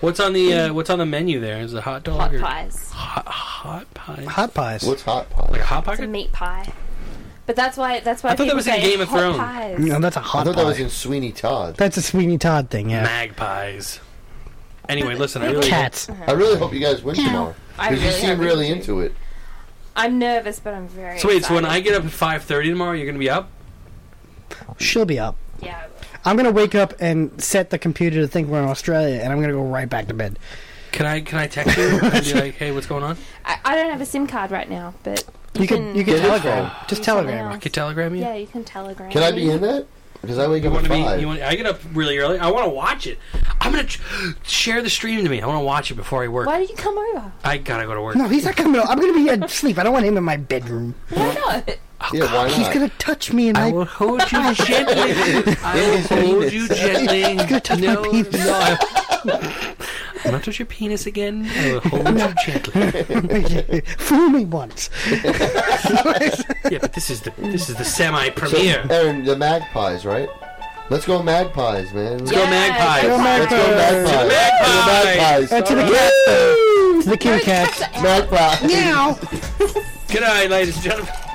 C: [laughs]
A: what's on the uh, what's on the menu there? Is it hot dog
D: Hot
A: or
D: pies.
A: hot hot pie?
B: Hot pies.
C: What's hot
A: like
C: pie?
A: a hot
D: It's a
A: pocket?
D: meat pie. But that's why. That's why
A: I thought that
D: people
A: was in
D: say
A: Game of
D: hot
A: Thrones.
D: Pies.
B: No, that's a
C: I
B: hot
C: thought
B: pie.
C: that was in Sweeney Todd.
B: That's a Sweeney Todd thing. Yeah.
A: Magpies. Anyway, listen. I really
B: Cats.
C: I really hope you guys win tomorrow
D: I
C: because you
D: really hope
C: seem
D: we
C: really
D: do.
C: into it.
D: I'm nervous, but I'm very.
A: So wait. So when I
D: excited.
A: get up at five thirty tomorrow, you're gonna be up.
B: She'll be up.
D: yeah,
B: I'm gonna wake up and set the computer to think we're in Australia, and I'm gonna go right back to bed.
A: Can I can I text you and be like, hey, what's going on?
D: I, I don't have a SIM card right now, but
B: You can you can
C: Get it
B: telegram. Just
D: do something
B: telegram. her.
D: else.
A: Can you telegram you?
D: Yeah, you can telegram.
C: Can I be
D: me.
C: in that? Because I wake
A: You
C: up
A: want
C: at
A: to be?
C: five.
A: You want? I get up really early. I want to watch it. I'm gonna tr- share the stream to me. I want to watch it before I work.
D: Why did you come
A: [laughs]
D: over?
A: I gotta go to work.
B: No, he's not coming. o- I'm gonna be asleep. I don't want him in my bedroom.
D: Why not?
C: yeah, why not?
B: He's gonna touch me, and
A: I
B: I.
A: will hold you
B: [laughs]
A: gently. I
C: In
A: will
C: his
A: hold
C: penis.
A: you gently.
B: He's gonna touch my
A: no, [laughs]
B: penis.
A: No, I, will not touch your penis again. I will hold you gently.
B: [laughs] Fool me once.
A: Yeah, but this is the this is the semi
C: So,
B: [laughs]
A: premiere.
C: Aaron, the Magpies, right? Let's go Magpies, man.
A: go Magpies.
D: go
A: Go
C: Let's go
A: Magpies.
C: Magpies.
B: Magpies.
C: Go
B: Uh, to the
C: Magpies.
B: cat. To the kitty cat.
C: Magpies.
B: Meow.
A: Good night, ladies and gentlemen.